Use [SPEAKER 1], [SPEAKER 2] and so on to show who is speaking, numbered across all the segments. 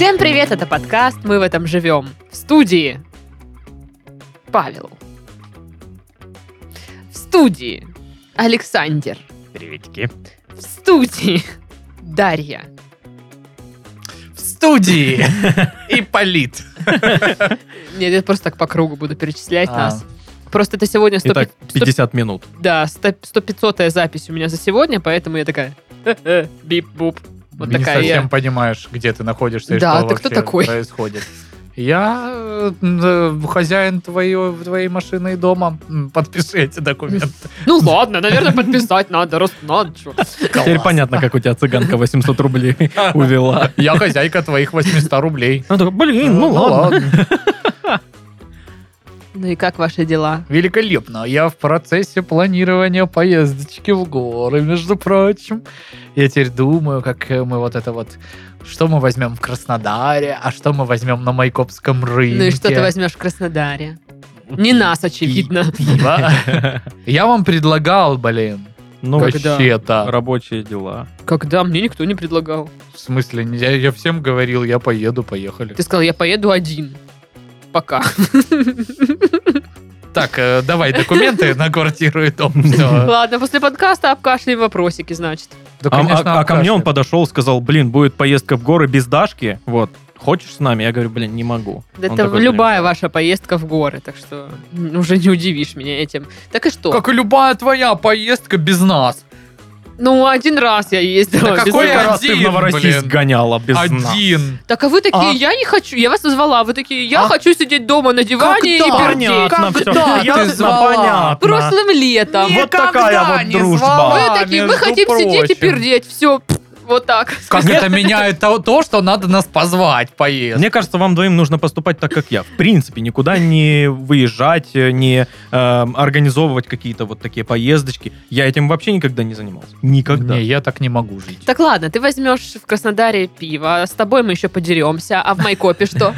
[SPEAKER 1] это подкаст «Мы в этом живем». В студии Павел. В студии Александр.
[SPEAKER 2] Приветики.
[SPEAKER 1] В студии Дарья.
[SPEAKER 3] В студии и полит.
[SPEAKER 1] Нет, я просто так по кругу буду перечислять
[SPEAKER 3] А.
[SPEAKER 1] нас. Просто это сегодня 100,
[SPEAKER 3] Итак, 50 минут.
[SPEAKER 1] да, 100, 500 запись у меня за сегодня, поэтому я такая «Хе-хе, бип-буп. Вот
[SPEAKER 3] Не
[SPEAKER 1] такая
[SPEAKER 3] совсем
[SPEAKER 1] я.
[SPEAKER 3] понимаешь, где ты находишься и
[SPEAKER 1] Да,
[SPEAKER 3] что
[SPEAKER 1] ты кто
[SPEAKER 3] вообще
[SPEAKER 1] такой?
[SPEAKER 3] происходит. Я э, э, хозяин твоей, твоей машины и дома. М, Подпиши эти документы.
[SPEAKER 1] Ну ладно, наверное, подписать надо, раз надо. чё.
[SPEAKER 2] Теперь понятно, как у тебя цыганка 800 рублей увела.
[SPEAKER 3] Я хозяйка твоих 800 рублей.
[SPEAKER 2] Ну, такой, блин, ну ладно.
[SPEAKER 1] Ну и как ваши дела?
[SPEAKER 3] Великолепно. Я в процессе планирования поездочки в горы, между прочим. Я теперь думаю, как э, мы вот это вот... Что мы возьмем в Краснодаре, а что мы возьмем на Майкопском рынке.
[SPEAKER 1] Ну и что ты возьмешь в Краснодаре? Не нас, очевидно.
[SPEAKER 3] Пиво. Я вам предлагал, блин.
[SPEAKER 2] Ну,
[SPEAKER 1] Когда?
[SPEAKER 3] Вообще-то.
[SPEAKER 2] рабочие дела.
[SPEAKER 1] Когда? Мне никто не предлагал.
[SPEAKER 3] В смысле, я, я всем говорил, я поеду, поехали.
[SPEAKER 1] Ты сказал, я поеду один. Пока.
[SPEAKER 3] Так, э, давай документы на квартиру и дом. Все.
[SPEAKER 1] Ладно, после подкаста обкашляем вопросики, значит.
[SPEAKER 3] Да,
[SPEAKER 2] А-
[SPEAKER 3] конечно,
[SPEAKER 2] а, а ко мне он
[SPEAKER 3] обкашлял.
[SPEAKER 2] подошел, сказал, блин, будет поездка в горы без Дашки, вот, хочешь с нами? Я говорю, блин, не могу.
[SPEAKER 1] Да
[SPEAKER 2] Он
[SPEAKER 1] это
[SPEAKER 2] такой,
[SPEAKER 1] любая
[SPEAKER 2] «Блин,
[SPEAKER 1] ваша поездка в горы, так что м, уже не удивишь меня этим. Так и что?
[SPEAKER 3] Как и любая твоя поездка без нас.
[SPEAKER 1] Ну, один раз я ездила.
[SPEAKER 3] Да
[SPEAKER 1] без
[SPEAKER 3] какой
[SPEAKER 1] вас.
[SPEAKER 2] раз ты в
[SPEAKER 3] Один,
[SPEAKER 2] Новороссийск
[SPEAKER 3] блин.
[SPEAKER 2] гоняла без нас».
[SPEAKER 3] Один.
[SPEAKER 1] Так а вы такие,
[SPEAKER 3] А?
[SPEAKER 1] я не хочу, я вас назвала, вы такие, я
[SPEAKER 3] А?
[SPEAKER 1] хочу сидеть дома на диване
[SPEAKER 3] так?
[SPEAKER 1] и пердеть.
[SPEAKER 2] Понятно,
[SPEAKER 3] Как
[SPEAKER 2] все
[SPEAKER 3] да, ты
[SPEAKER 2] понятно,
[SPEAKER 3] звала?
[SPEAKER 2] понятно.
[SPEAKER 1] Прошлым летом.
[SPEAKER 2] Нет, Вот такая вот
[SPEAKER 3] Никогда не
[SPEAKER 2] дружба.
[SPEAKER 3] звала,
[SPEAKER 1] Вы такие, мы
[SPEAKER 3] А, между
[SPEAKER 1] хотим сидеть и
[SPEAKER 3] прочим.
[SPEAKER 1] пердеть, все, вот так.
[SPEAKER 3] Как это меняет то, то, что надо нас позвать поездку.
[SPEAKER 2] Мне кажется, вам двоим нужно поступать так, как я. В принципе, никуда не выезжать, э, не э, организовывать какие-то вот такие поездочки. Я этим вообще никогда не занимался. Никогда.
[SPEAKER 3] Не, я так не могу жить.
[SPEAKER 1] Так ладно, ты возьмешь в Краснодаре пиво, с тобой мы еще подеремся, а в Майкопе что?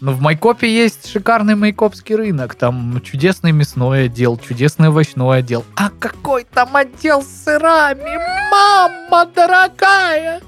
[SPEAKER 3] Но в Майкопе есть шикарный майкопский рынок. Там чудесный мясной отдел, чудесный овощной отдел. А какой там отдел с сырами? Мама дорогая!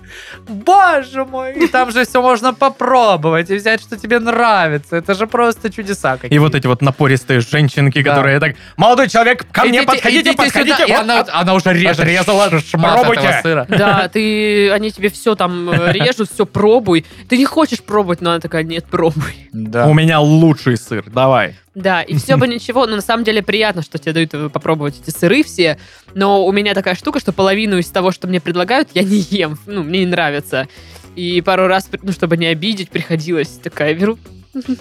[SPEAKER 3] Боже мой! И там же все можно попробовать и взять, что тебе нравится. Это же просто чудеса какие-то.
[SPEAKER 2] И вот эти вот напористые женщинки,
[SPEAKER 3] Да.
[SPEAKER 2] которые так, молодой человек, ко мне
[SPEAKER 3] Идите-
[SPEAKER 2] подходите,
[SPEAKER 3] идите
[SPEAKER 2] подходите.
[SPEAKER 3] сюда. И
[SPEAKER 2] вот,
[SPEAKER 3] она, она уже режет.
[SPEAKER 2] Отрезала.
[SPEAKER 3] шмат
[SPEAKER 2] Пробуйте.
[SPEAKER 3] этого сыра.
[SPEAKER 1] Да, ты, они тебе все там э, режут, все пробуй. Ты не хочешь пробовать, но она такая, нет, пробуй.
[SPEAKER 2] У меня лучший сыр, давай.
[SPEAKER 1] Да, и все бы ничего, но на самом деле приятно, что тебе дают э, попробовать эти сыры все, но у меня такая штука, что половину из того, что мне предлагают, я не ем, ну, мне не нравится. И пару раз, ну, чтобы не обидеть, приходилось такая, беру,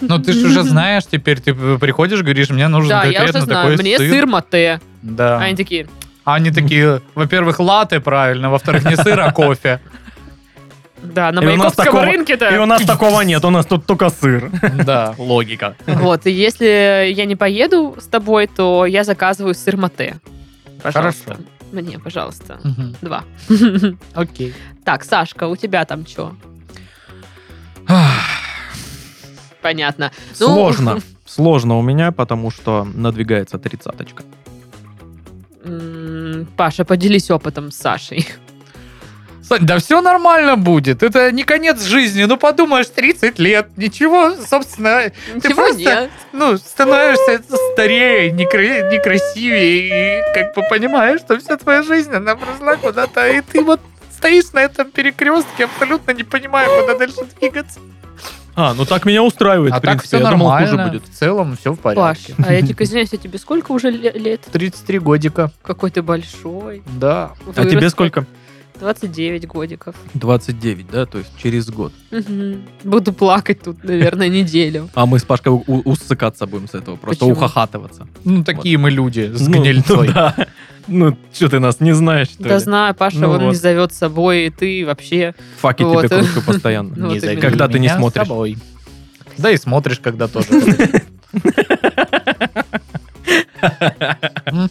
[SPEAKER 3] Ну ты же уже знаешь, теперь ты приходишь, говоришь, мне нужен
[SPEAKER 1] да, я уже
[SPEAKER 3] конкретно
[SPEAKER 1] знаю,
[SPEAKER 3] такой
[SPEAKER 1] мне сыр мате.
[SPEAKER 3] Да.
[SPEAKER 1] А они такие,
[SPEAKER 3] А Они такие, во-первых, латы правильно, во-вторых, не сыр, а кофе.
[SPEAKER 1] да, на
[SPEAKER 2] И у нас
[SPEAKER 1] Маяковском
[SPEAKER 2] такого-
[SPEAKER 1] рынке-то.
[SPEAKER 2] И у нас такого нет, у нас тут только сыр.
[SPEAKER 3] Да.
[SPEAKER 2] Логика.
[SPEAKER 1] Вот, и если я не поеду с тобой, то я заказываю сыр мате. Пожалуйста.
[SPEAKER 3] Хорошо.
[SPEAKER 1] Мне, пожалуйста.
[SPEAKER 3] Мгм.
[SPEAKER 1] Два.
[SPEAKER 3] Окей.
[SPEAKER 1] Так, Сашка, у тебя там что? Понятно. Ну,
[SPEAKER 2] Сложно. Сложно у меня, потому что надвигается тридцаточка.
[SPEAKER 1] м, Паша, поделись опытом с Сашей.
[SPEAKER 3] Сань, да все нормально будет. Это не конец жизни. Ну, подумаешь, 30 лет. Ничего, собственно, Ты
[SPEAKER 1] Чего
[SPEAKER 3] просто-
[SPEAKER 1] нет?
[SPEAKER 3] ну, становишься старее, некра- некрасивее. И как бы понимаешь, что вся твоя жизнь, она прошла куда-то. И ты вот стоишь на этом перекрестке, абсолютно не понимая, куда дальше двигаться.
[SPEAKER 2] А, ну так меня устраивает, в принципе.
[SPEAKER 3] А всё
[SPEAKER 2] Я думал, хуже будет.
[SPEAKER 3] В целом все в
[SPEAKER 1] Паш, а я дико извиняюсь, а тебе сколько уже ле- лет?
[SPEAKER 3] 33 годика.
[SPEAKER 1] Какой ты большой.
[SPEAKER 3] Да.
[SPEAKER 2] А
[SPEAKER 1] Вырос
[SPEAKER 2] тебе
[SPEAKER 1] как-
[SPEAKER 2] сколько?
[SPEAKER 1] 29 годиков.
[SPEAKER 2] 29, да, то есть через год.
[SPEAKER 1] Мгм. Буду плакать тут, наверное, неделю.
[SPEAKER 2] А мы с Пашкой у- у- усыкаться будем с этого, просто
[SPEAKER 1] Почему?
[SPEAKER 2] ухахатываться.
[SPEAKER 3] Ну, такие мы люди с
[SPEAKER 2] Ну,
[SPEAKER 3] гнильцой.
[SPEAKER 2] Ну, да. Ну, что ты нас не знаешь, что
[SPEAKER 1] Да
[SPEAKER 2] ли?
[SPEAKER 1] знаю, Паша,
[SPEAKER 2] Ну
[SPEAKER 1] он не
[SPEAKER 2] вот.
[SPEAKER 1] зовет с собой, и ты вообще...
[SPEAKER 2] Факи
[SPEAKER 1] Вот.
[SPEAKER 2] тебе кручу постоянно.
[SPEAKER 1] Ну, вот
[SPEAKER 3] зови
[SPEAKER 1] именно.
[SPEAKER 2] Когда ты не
[SPEAKER 3] меня
[SPEAKER 2] смотришь.
[SPEAKER 3] с собой. Да и смотришь, когда тоже. Мгм.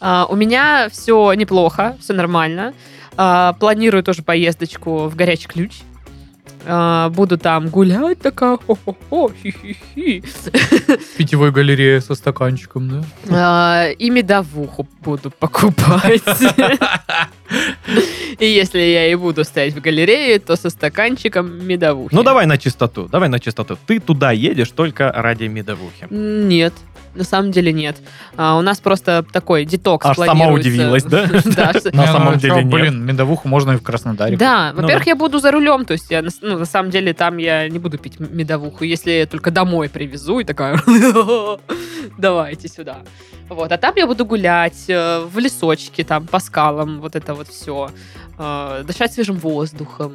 [SPEAKER 1] А, у меня все неплохо, все нормально. А, планирую тоже поездочку в горячий ключ. А, буду там гулять такая, хо-хо-хо, хи-хи-хи.
[SPEAKER 3] В питьевой галерее со стаканчиком, да?
[SPEAKER 1] А, И медовуху буду покупать. И если я и буду стоять в галерее, то со стаканчиком медовухи.
[SPEAKER 2] Ну давай на чистоту, давай на чистоту. Ты туда едешь только ради медовухи.
[SPEAKER 1] Нет, на самом деле нет. А, у нас просто такой детокс
[SPEAKER 2] Аж сама
[SPEAKER 1] планируется.
[SPEAKER 2] удивилась, да?
[SPEAKER 1] Да, что-
[SPEAKER 2] На
[SPEAKER 3] Не, ну
[SPEAKER 2] самом
[SPEAKER 3] а
[SPEAKER 2] деле
[SPEAKER 3] чё,
[SPEAKER 2] нет.
[SPEAKER 3] Блин, медовуху можно и в Краснодаре.
[SPEAKER 1] Да,
[SPEAKER 2] Ну
[SPEAKER 1] во-первых,
[SPEAKER 2] да.
[SPEAKER 1] я буду за рулем, то есть я, на с- ну, на самом деле там я не буду пить м- медовуху, если я только домой привезу и такая, давайте сюда. Вот, а там я буду гулять э, в лесочке, там, по скалам, вот это вот все, дышать свежим воздухом.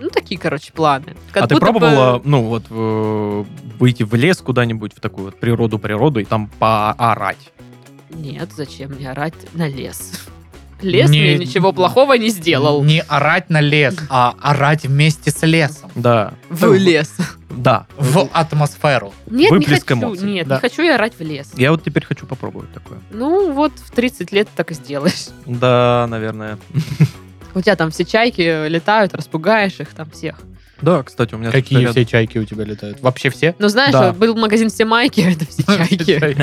[SPEAKER 1] Ну, такие, короче, планы. Как
[SPEAKER 2] а ты
[SPEAKER 1] будто бы-
[SPEAKER 2] пробовала, ну, вот, э, выйти в лес куда-нибудь, в такую вот природу-природу, и там поорать?
[SPEAKER 1] Нет, зачем мне орать на лес? Лес
[SPEAKER 3] Не-
[SPEAKER 1] мне ничего плохого не сделал.
[SPEAKER 3] Не орать на лес, а орать вместе с лесом.
[SPEAKER 2] Да.
[SPEAKER 1] В лес.
[SPEAKER 2] Да.
[SPEAKER 3] В атмосферу.
[SPEAKER 1] Нет, не
[SPEAKER 2] Выплеск
[SPEAKER 1] хочу.
[SPEAKER 2] эмоций,
[SPEAKER 1] Нет, не
[SPEAKER 3] да.
[SPEAKER 1] хочу я орать в лес.
[SPEAKER 2] Я вот теперь хочу попробовать такое.
[SPEAKER 1] Ну, вот в 30 лет так и сделаешь.
[SPEAKER 2] Да, наверное.
[SPEAKER 1] У тебя там все чайки летают, распугаешь их там всех.
[SPEAKER 2] Да, кстати, у меня... тут
[SPEAKER 3] Какие
[SPEAKER 2] рядом-
[SPEAKER 3] все чайки у тебя летают? Вообще все?
[SPEAKER 1] Ну, знаешь,
[SPEAKER 2] Да.
[SPEAKER 1] вот был магазин все майки, это все чайки.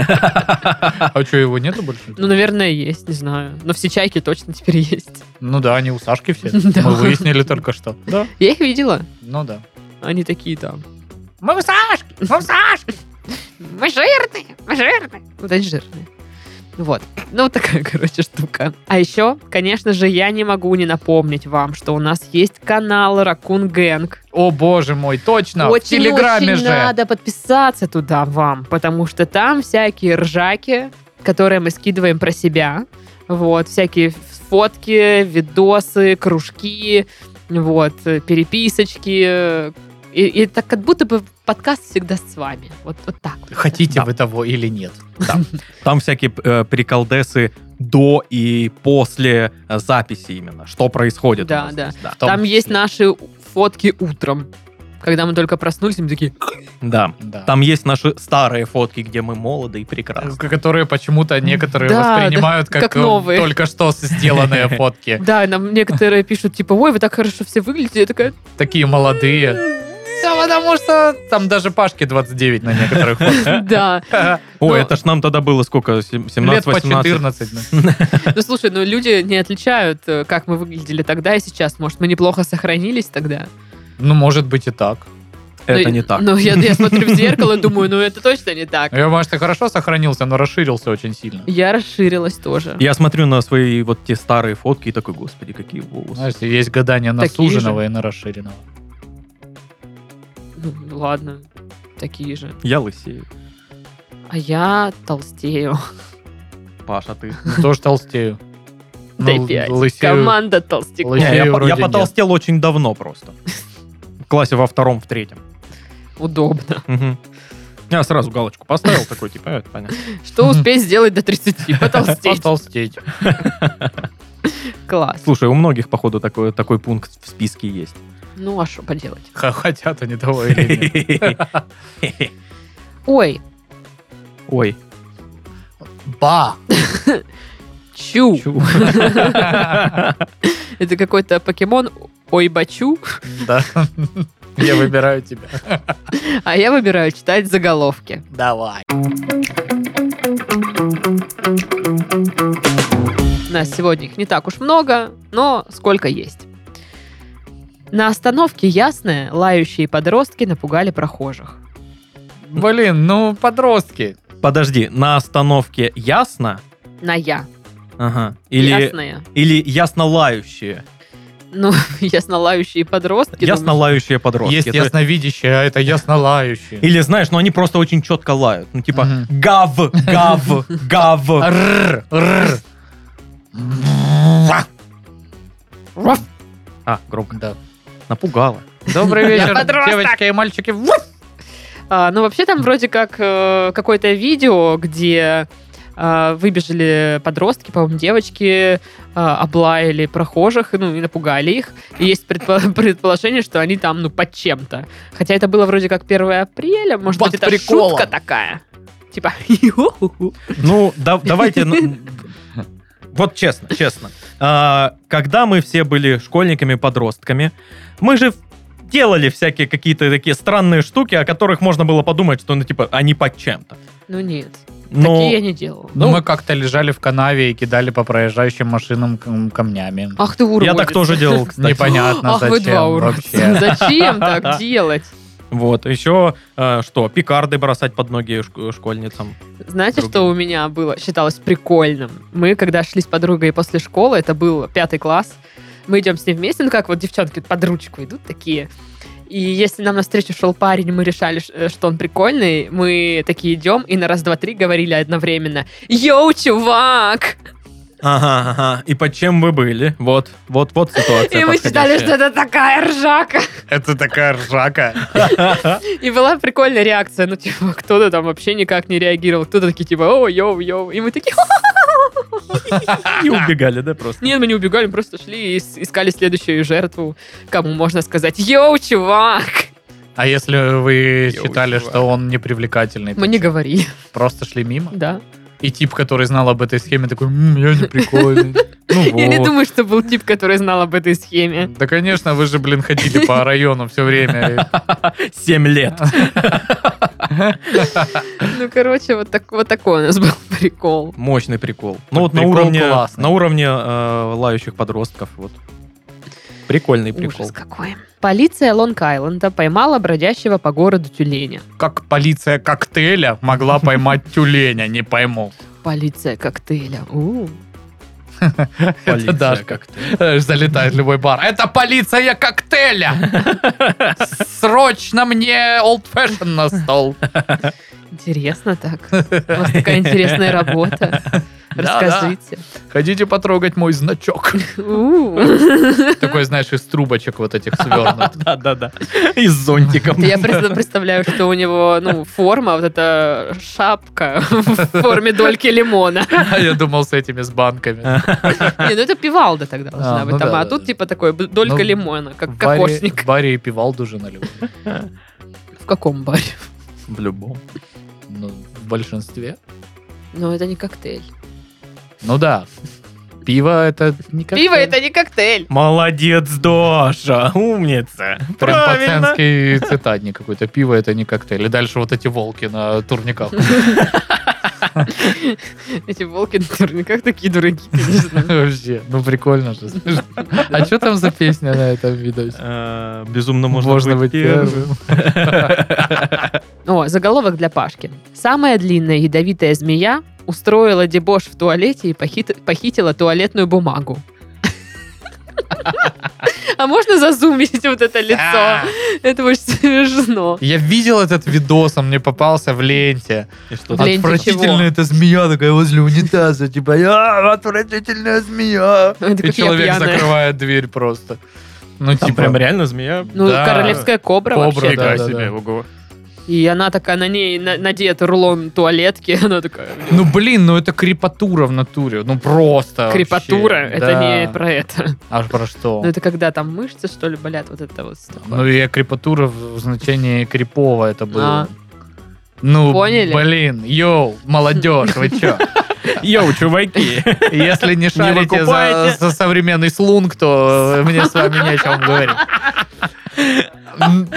[SPEAKER 3] А что, его нету больше?
[SPEAKER 1] Ну, наверное, есть, не знаю. Но все чайки точно теперь есть.
[SPEAKER 3] Ну да, они у Сашки все.
[SPEAKER 1] Да.
[SPEAKER 3] Мы выяснили только что. Да.
[SPEAKER 1] Я их видела.
[SPEAKER 3] Ну да.
[SPEAKER 1] Они такие там.
[SPEAKER 3] Мы у Сашки! Мы у Сашки!
[SPEAKER 1] Мы жирные, мы жирные. Вот они жирные. Вот. Ну, вот такая, короче, штука. А еще, конечно же, я не могу не напомнить вам, что у нас есть канал Ракун Гэнг.
[SPEAKER 3] О боже мой, точно! В Телеграме
[SPEAKER 1] очень
[SPEAKER 3] же!
[SPEAKER 1] надо подписаться туда вам, потому что там всякие ржаки, которые мы скидываем про себя. Вот, всякие фотки, видосы, кружки, вот, э, переписочки. И, и это как будто бы подкаст всегда с вами. Вот, вот так. вот.
[SPEAKER 3] Хотите
[SPEAKER 2] Да.
[SPEAKER 3] вы того или нет?
[SPEAKER 2] Там всякие э, приколдесы до и после э, записи именно. Что происходит? у
[SPEAKER 1] Да,
[SPEAKER 2] нас
[SPEAKER 1] да.
[SPEAKER 2] здесь, да.
[SPEAKER 3] В том
[SPEAKER 1] Там есть
[SPEAKER 3] числе.
[SPEAKER 1] наши фотки утром. Когда мы только проснулись, мы такие,
[SPEAKER 2] Да.
[SPEAKER 3] Да.
[SPEAKER 2] Там есть наши старые фотки, где мы молоды и прекрасны.
[SPEAKER 3] К- которые почему-то некоторые
[SPEAKER 1] Да,
[SPEAKER 3] воспринимают
[SPEAKER 1] да,
[SPEAKER 3] как,
[SPEAKER 1] как
[SPEAKER 3] э,
[SPEAKER 1] новые.
[SPEAKER 3] только что сделанные фотки.
[SPEAKER 1] да, нам некоторые пишут, типа, ой, вы так хорошо все выглядите. Я такая,
[SPEAKER 3] Такие молодые. Да, потому что там даже Пашке 29 на некоторых фотках.
[SPEAKER 1] да.
[SPEAKER 2] Ой,
[SPEAKER 1] Но-
[SPEAKER 2] это ж нам тогда было сколько? Сем- 17,
[SPEAKER 3] Лет по
[SPEAKER 2] 18?
[SPEAKER 3] 14. да.
[SPEAKER 1] Ну, слушай, ну люди не отличают, э, как мы выглядели тогда и сейчас. Может, мы неплохо сохранились тогда?
[SPEAKER 3] Ну, может быть и так.
[SPEAKER 2] Это
[SPEAKER 1] Ну,
[SPEAKER 2] не так.
[SPEAKER 1] Ну, я, я смотрю в зеркало, думаю, ну это точно не так.
[SPEAKER 3] Я, может, и хорошо сохранился, но расширился очень сильно.
[SPEAKER 1] Я расширилась тоже.
[SPEAKER 2] Я смотрю на свои вот те старые фотки и такой, господи, какие волосы.
[SPEAKER 3] Знаешь, есть гадание на
[SPEAKER 1] Такие
[SPEAKER 3] суженого и на расширенного.
[SPEAKER 1] Ну, ладно, такие же.
[SPEAKER 2] Я лысею.
[SPEAKER 1] А я толстею.
[SPEAKER 2] Паша, ты...
[SPEAKER 3] Ну, тоже толстею. Ну,
[SPEAKER 1] Дай пять.
[SPEAKER 3] лысею.
[SPEAKER 1] Команда толстяков.
[SPEAKER 3] Лысею
[SPEAKER 2] Не, я, по-
[SPEAKER 3] вроде
[SPEAKER 2] я потолстел очень давно просто. В классе во втором, в третьем.
[SPEAKER 1] Удобно.
[SPEAKER 2] Мгм. Я сразу галочку поставил, такой, типа, «А, это понятно.
[SPEAKER 1] Что успеть сделать до 30? Потолстеть.
[SPEAKER 3] Потолстеть.
[SPEAKER 1] Класс.
[SPEAKER 2] Слушай, у многих, походу, такой, такой пункт в списке есть.
[SPEAKER 1] Ну, а что поделать?
[SPEAKER 3] Х- Хотят они того или нет.
[SPEAKER 1] Ой,
[SPEAKER 2] Ой.
[SPEAKER 3] Ба!
[SPEAKER 1] чу.
[SPEAKER 2] чу.
[SPEAKER 1] Это какой-то покемон Ой, бачу.
[SPEAKER 3] Да. Я выбираю тебя.
[SPEAKER 1] А я выбираю читать заголовки.
[SPEAKER 3] Давай.
[SPEAKER 1] У нас сегодня их не так уж много, но сколько есть. На остановке Ясная лающие подростки напугали прохожих.
[SPEAKER 3] Блин, ну подростки.
[SPEAKER 2] Подожди, на остановке ясно?
[SPEAKER 1] На я.
[SPEAKER 2] Ага. Или,
[SPEAKER 1] Ясная.
[SPEAKER 2] или ясно лающие.
[SPEAKER 1] Ну, ясно лающие подростки.
[SPEAKER 2] Ясно
[SPEAKER 1] думаю,
[SPEAKER 2] лающие подростки.
[SPEAKER 3] Есть
[SPEAKER 2] Это-
[SPEAKER 3] ясновидящие, а это яснолающие.
[SPEAKER 2] Или знаешь, ну они просто очень четко лают. Ну типа
[SPEAKER 3] Мгм.
[SPEAKER 2] гав, гав, гав.
[SPEAKER 3] Рр, рр. Муа.
[SPEAKER 2] А, громко.
[SPEAKER 3] Да.
[SPEAKER 2] Напугала.
[SPEAKER 3] Добрый вечер,
[SPEAKER 1] подросток.
[SPEAKER 3] девочки и мальчики. Вуф.
[SPEAKER 1] а, ну, вообще там вроде как э, какое-то видео, где э, выбежали подростки, по-моему, девочки, э, облаяли прохожих, ну, и напугали их. И есть предпо- предположение, что они там, ну, под чем-то. Хотя это было вроде как 1 апреля, может
[SPEAKER 3] Под
[SPEAKER 1] быть, это
[SPEAKER 3] приколом.
[SPEAKER 1] шутка такая. Типа, «Йо-ху-ху».
[SPEAKER 2] Ну, да- давайте... ну, Вот честно, честно. А, Когда мы все были школьниками, подростками, мы же делали всякие какие-то такие странные штуки, о которых можно было подумать, что, ну, типа, они под чем-то.
[SPEAKER 1] Ну нет.
[SPEAKER 2] но...
[SPEAKER 1] Такие я не делала.
[SPEAKER 3] Ну,
[SPEAKER 2] Ну,
[SPEAKER 3] мы как-то лежали в канаве и кидали по проезжающим машинам кам- камнями.
[SPEAKER 1] Ах ты урод.
[SPEAKER 2] Я так тоже делал, кстати.
[SPEAKER 3] Непонятно
[SPEAKER 1] А, Ах
[SPEAKER 3] зачем
[SPEAKER 1] вы два урода.
[SPEAKER 3] вообще.
[SPEAKER 1] Зачем так делать?
[SPEAKER 2] Вот, еще э, что, пикарды бросать под ноги шк- школьницам.
[SPEAKER 1] Знаете,
[SPEAKER 2] Другим.
[SPEAKER 1] что у меня было, считалось прикольным? Мы, когда шли с подругой после школы, это был пятый класс, мы идем с ней вместе, ну как вот девчонки вот под ручку идут такие. И если нам навстречу шел парень, мы решали, ш- э, что он прикольный, мы такие идем и на раз, два, три говорили одновременно «Йоу, чувак!»
[SPEAKER 2] Ага, ага. И под чем вы были? Вот, вот, вот ситуация
[SPEAKER 1] И мы считали, что
[SPEAKER 2] подходящая.
[SPEAKER 1] это такая ржака.
[SPEAKER 3] Это такая ржака.
[SPEAKER 1] И была прикольная реакция, ну типа кто-то там вообще никак не реагировал, кто-то такие типа «О, йоу, йоу!» И мы такие «Ха-ха!»
[SPEAKER 2] И убегали, да, просто?
[SPEAKER 1] Нет, мы не убегали, мы просто шли и с- искали следующую жертву, кому можно сказать «Йоу, чувак!»
[SPEAKER 3] А если вы
[SPEAKER 2] Я
[SPEAKER 3] считали,
[SPEAKER 2] очень
[SPEAKER 3] что он непривлекательный,
[SPEAKER 1] Мы не говори,
[SPEAKER 3] просто шли мимо?
[SPEAKER 1] да.
[SPEAKER 3] И тип, который знал об этой схеме, такой, «М, я не прикольный.
[SPEAKER 2] Ну
[SPEAKER 1] Я не
[SPEAKER 2] вот.
[SPEAKER 1] думаю, что был тип, который знал об этой схеме.
[SPEAKER 3] Да, конечно, вы же, блин, ходили по району все время.
[SPEAKER 2] Семь лет.
[SPEAKER 1] Ну, короче, вот, так, вот такой у нас был прикол.
[SPEAKER 2] Мощный прикол. Ну вот на
[SPEAKER 3] прикол
[SPEAKER 2] уровне,
[SPEAKER 3] классный.
[SPEAKER 2] на уровне э, лающих подростков. Вот. Прикольный прикол.
[SPEAKER 1] Ужас какой. Полиция Лонг-Айленда поймала бродящего по городу тюленя.
[SPEAKER 3] Как полиция коктейля могла поймать тюленя, не пойму.
[SPEAKER 1] Полиция коктейля. У.
[SPEAKER 3] Это
[SPEAKER 2] Полиция
[SPEAKER 3] Дашка.
[SPEAKER 2] как-то.
[SPEAKER 3] Э, Залетает в любой бар. Это полиция коктейля! Срочно мне old fashion на стол.
[SPEAKER 1] Интересно так. У вас такая интересная работа.
[SPEAKER 3] Да-да.
[SPEAKER 1] Расскажите.
[SPEAKER 3] Хотите потрогать мой значок?
[SPEAKER 1] У.
[SPEAKER 3] Такой, знаешь, из трубочек вот этих свернут.
[SPEAKER 2] Да, да, да. И с зонтиком.
[SPEAKER 1] Я просто представляю, что у него ну, форма, вот эта шапка в форме дольки лимона.
[SPEAKER 3] А я думал с этими, с банками.
[SPEAKER 1] Не, ну это пивалда тогда
[SPEAKER 3] А,
[SPEAKER 1] должна
[SPEAKER 3] ну
[SPEAKER 1] быть. там,
[SPEAKER 3] да,
[SPEAKER 1] А
[SPEAKER 3] да,
[SPEAKER 1] тут
[SPEAKER 3] да.
[SPEAKER 1] типа такой б- долька
[SPEAKER 3] Ну,
[SPEAKER 1] лимона, как
[SPEAKER 3] В баре-
[SPEAKER 1] кокошник.
[SPEAKER 3] В баре и пивал дуже налил.
[SPEAKER 1] В каком баре?
[SPEAKER 2] В любом.
[SPEAKER 3] Ну, в большинстве.
[SPEAKER 1] Ну это не коктейль.
[SPEAKER 3] Ну да. Пиво это не коктейль.
[SPEAKER 1] Пиво это не коктейль.
[SPEAKER 2] Молодец, Доша. Умница.
[SPEAKER 3] Прям
[SPEAKER 2] Правильно.
[SPEAKER 3] пацанский цитатник какой-то. Пиво это не коктейль. И дальше вот эти волки на турниках.
[SPEAKER 1] Эти волки на турниках такие дураки, конечно.
[SPEAKER 3] Вообще, ну прикольно же. смешно. А что там за песня на этом видосе?
[SPEAKER 2] Э, Безумно можно, быть, первым.
[SPEAKER 1] О, заголовок для Пашки. Самая длинная ядовитая змея устроила дебош в туалете и похит- похитила туалетную бумагу. А можно зазумить вот это лицо? Это очень смешно.
[SPEAKER 3] Я видел этот видос, он мне попался в ленте.
[SPEAKER 2] И что
[SPEAKER 1] В ленте чего?
[SPEAKER 3] Отвратительная эта змея такая возле унитаза. Типа, «А, отвратительная змея.
[SPEAKER 1] Ой, так
[SPEAKER 3] И
[SPEAKER 1] как я
[SPEAKER 3] человек
[SPEAKER 1] пьяная.
[SPEAKER 3] закрывает дверь просто. Ну,
[SPEAKER 2] Там
[SPEAKER 3] типа,
[SPEAKER 2] прям реально змея.
[SPEAKER 1] Ну,
[SPEAKER 3] Да.
[SPEAKER 1] королевская кобра,
[SPEAKER 3] Кобра,
[SPEAKER 1] вообще.
[SPEAKER 3] да,
[SPEAKER 2] Нифига
[SPEAKER 3] да,
[SPEAKER 2] себе,
[SPEAKER 3] да.
[SPEAKER 2] ого.
[SPEAKER 1] И она такая, на ней на- надет рулон туалетки. Она такая,
[SPEAKER 3] Ну, блин, ну это крепатура в натуре. Ну, просто. вообще.
[SPEAKER 1] крепатура. Это
[SPEAKER 3] Да.
[SPEAKER 1] не про это.
[SPEAKER 3] А про что?
[SPEAKER 1] Ну, это типа- когда там мышцы, что ли, болят, вот это вот.
[SPEAKER 3] Ну, я крепатура в в значении крепова это было.
[SPEAKER 1] А.
[SPEAKER 3] Ну,
[SPEAKER 1] Поняли?
[SPEAKER 3] блин, йоу, молодежь, вы чё?
[SPEAKER 2] Йоу, чуваки.
[SPEAKER 3] Если не шарите за,
[SPEAKER 2] выкупаете?
[SPEAKER 3] за современный слунг, то э, мне с вами не о чем говорить. М,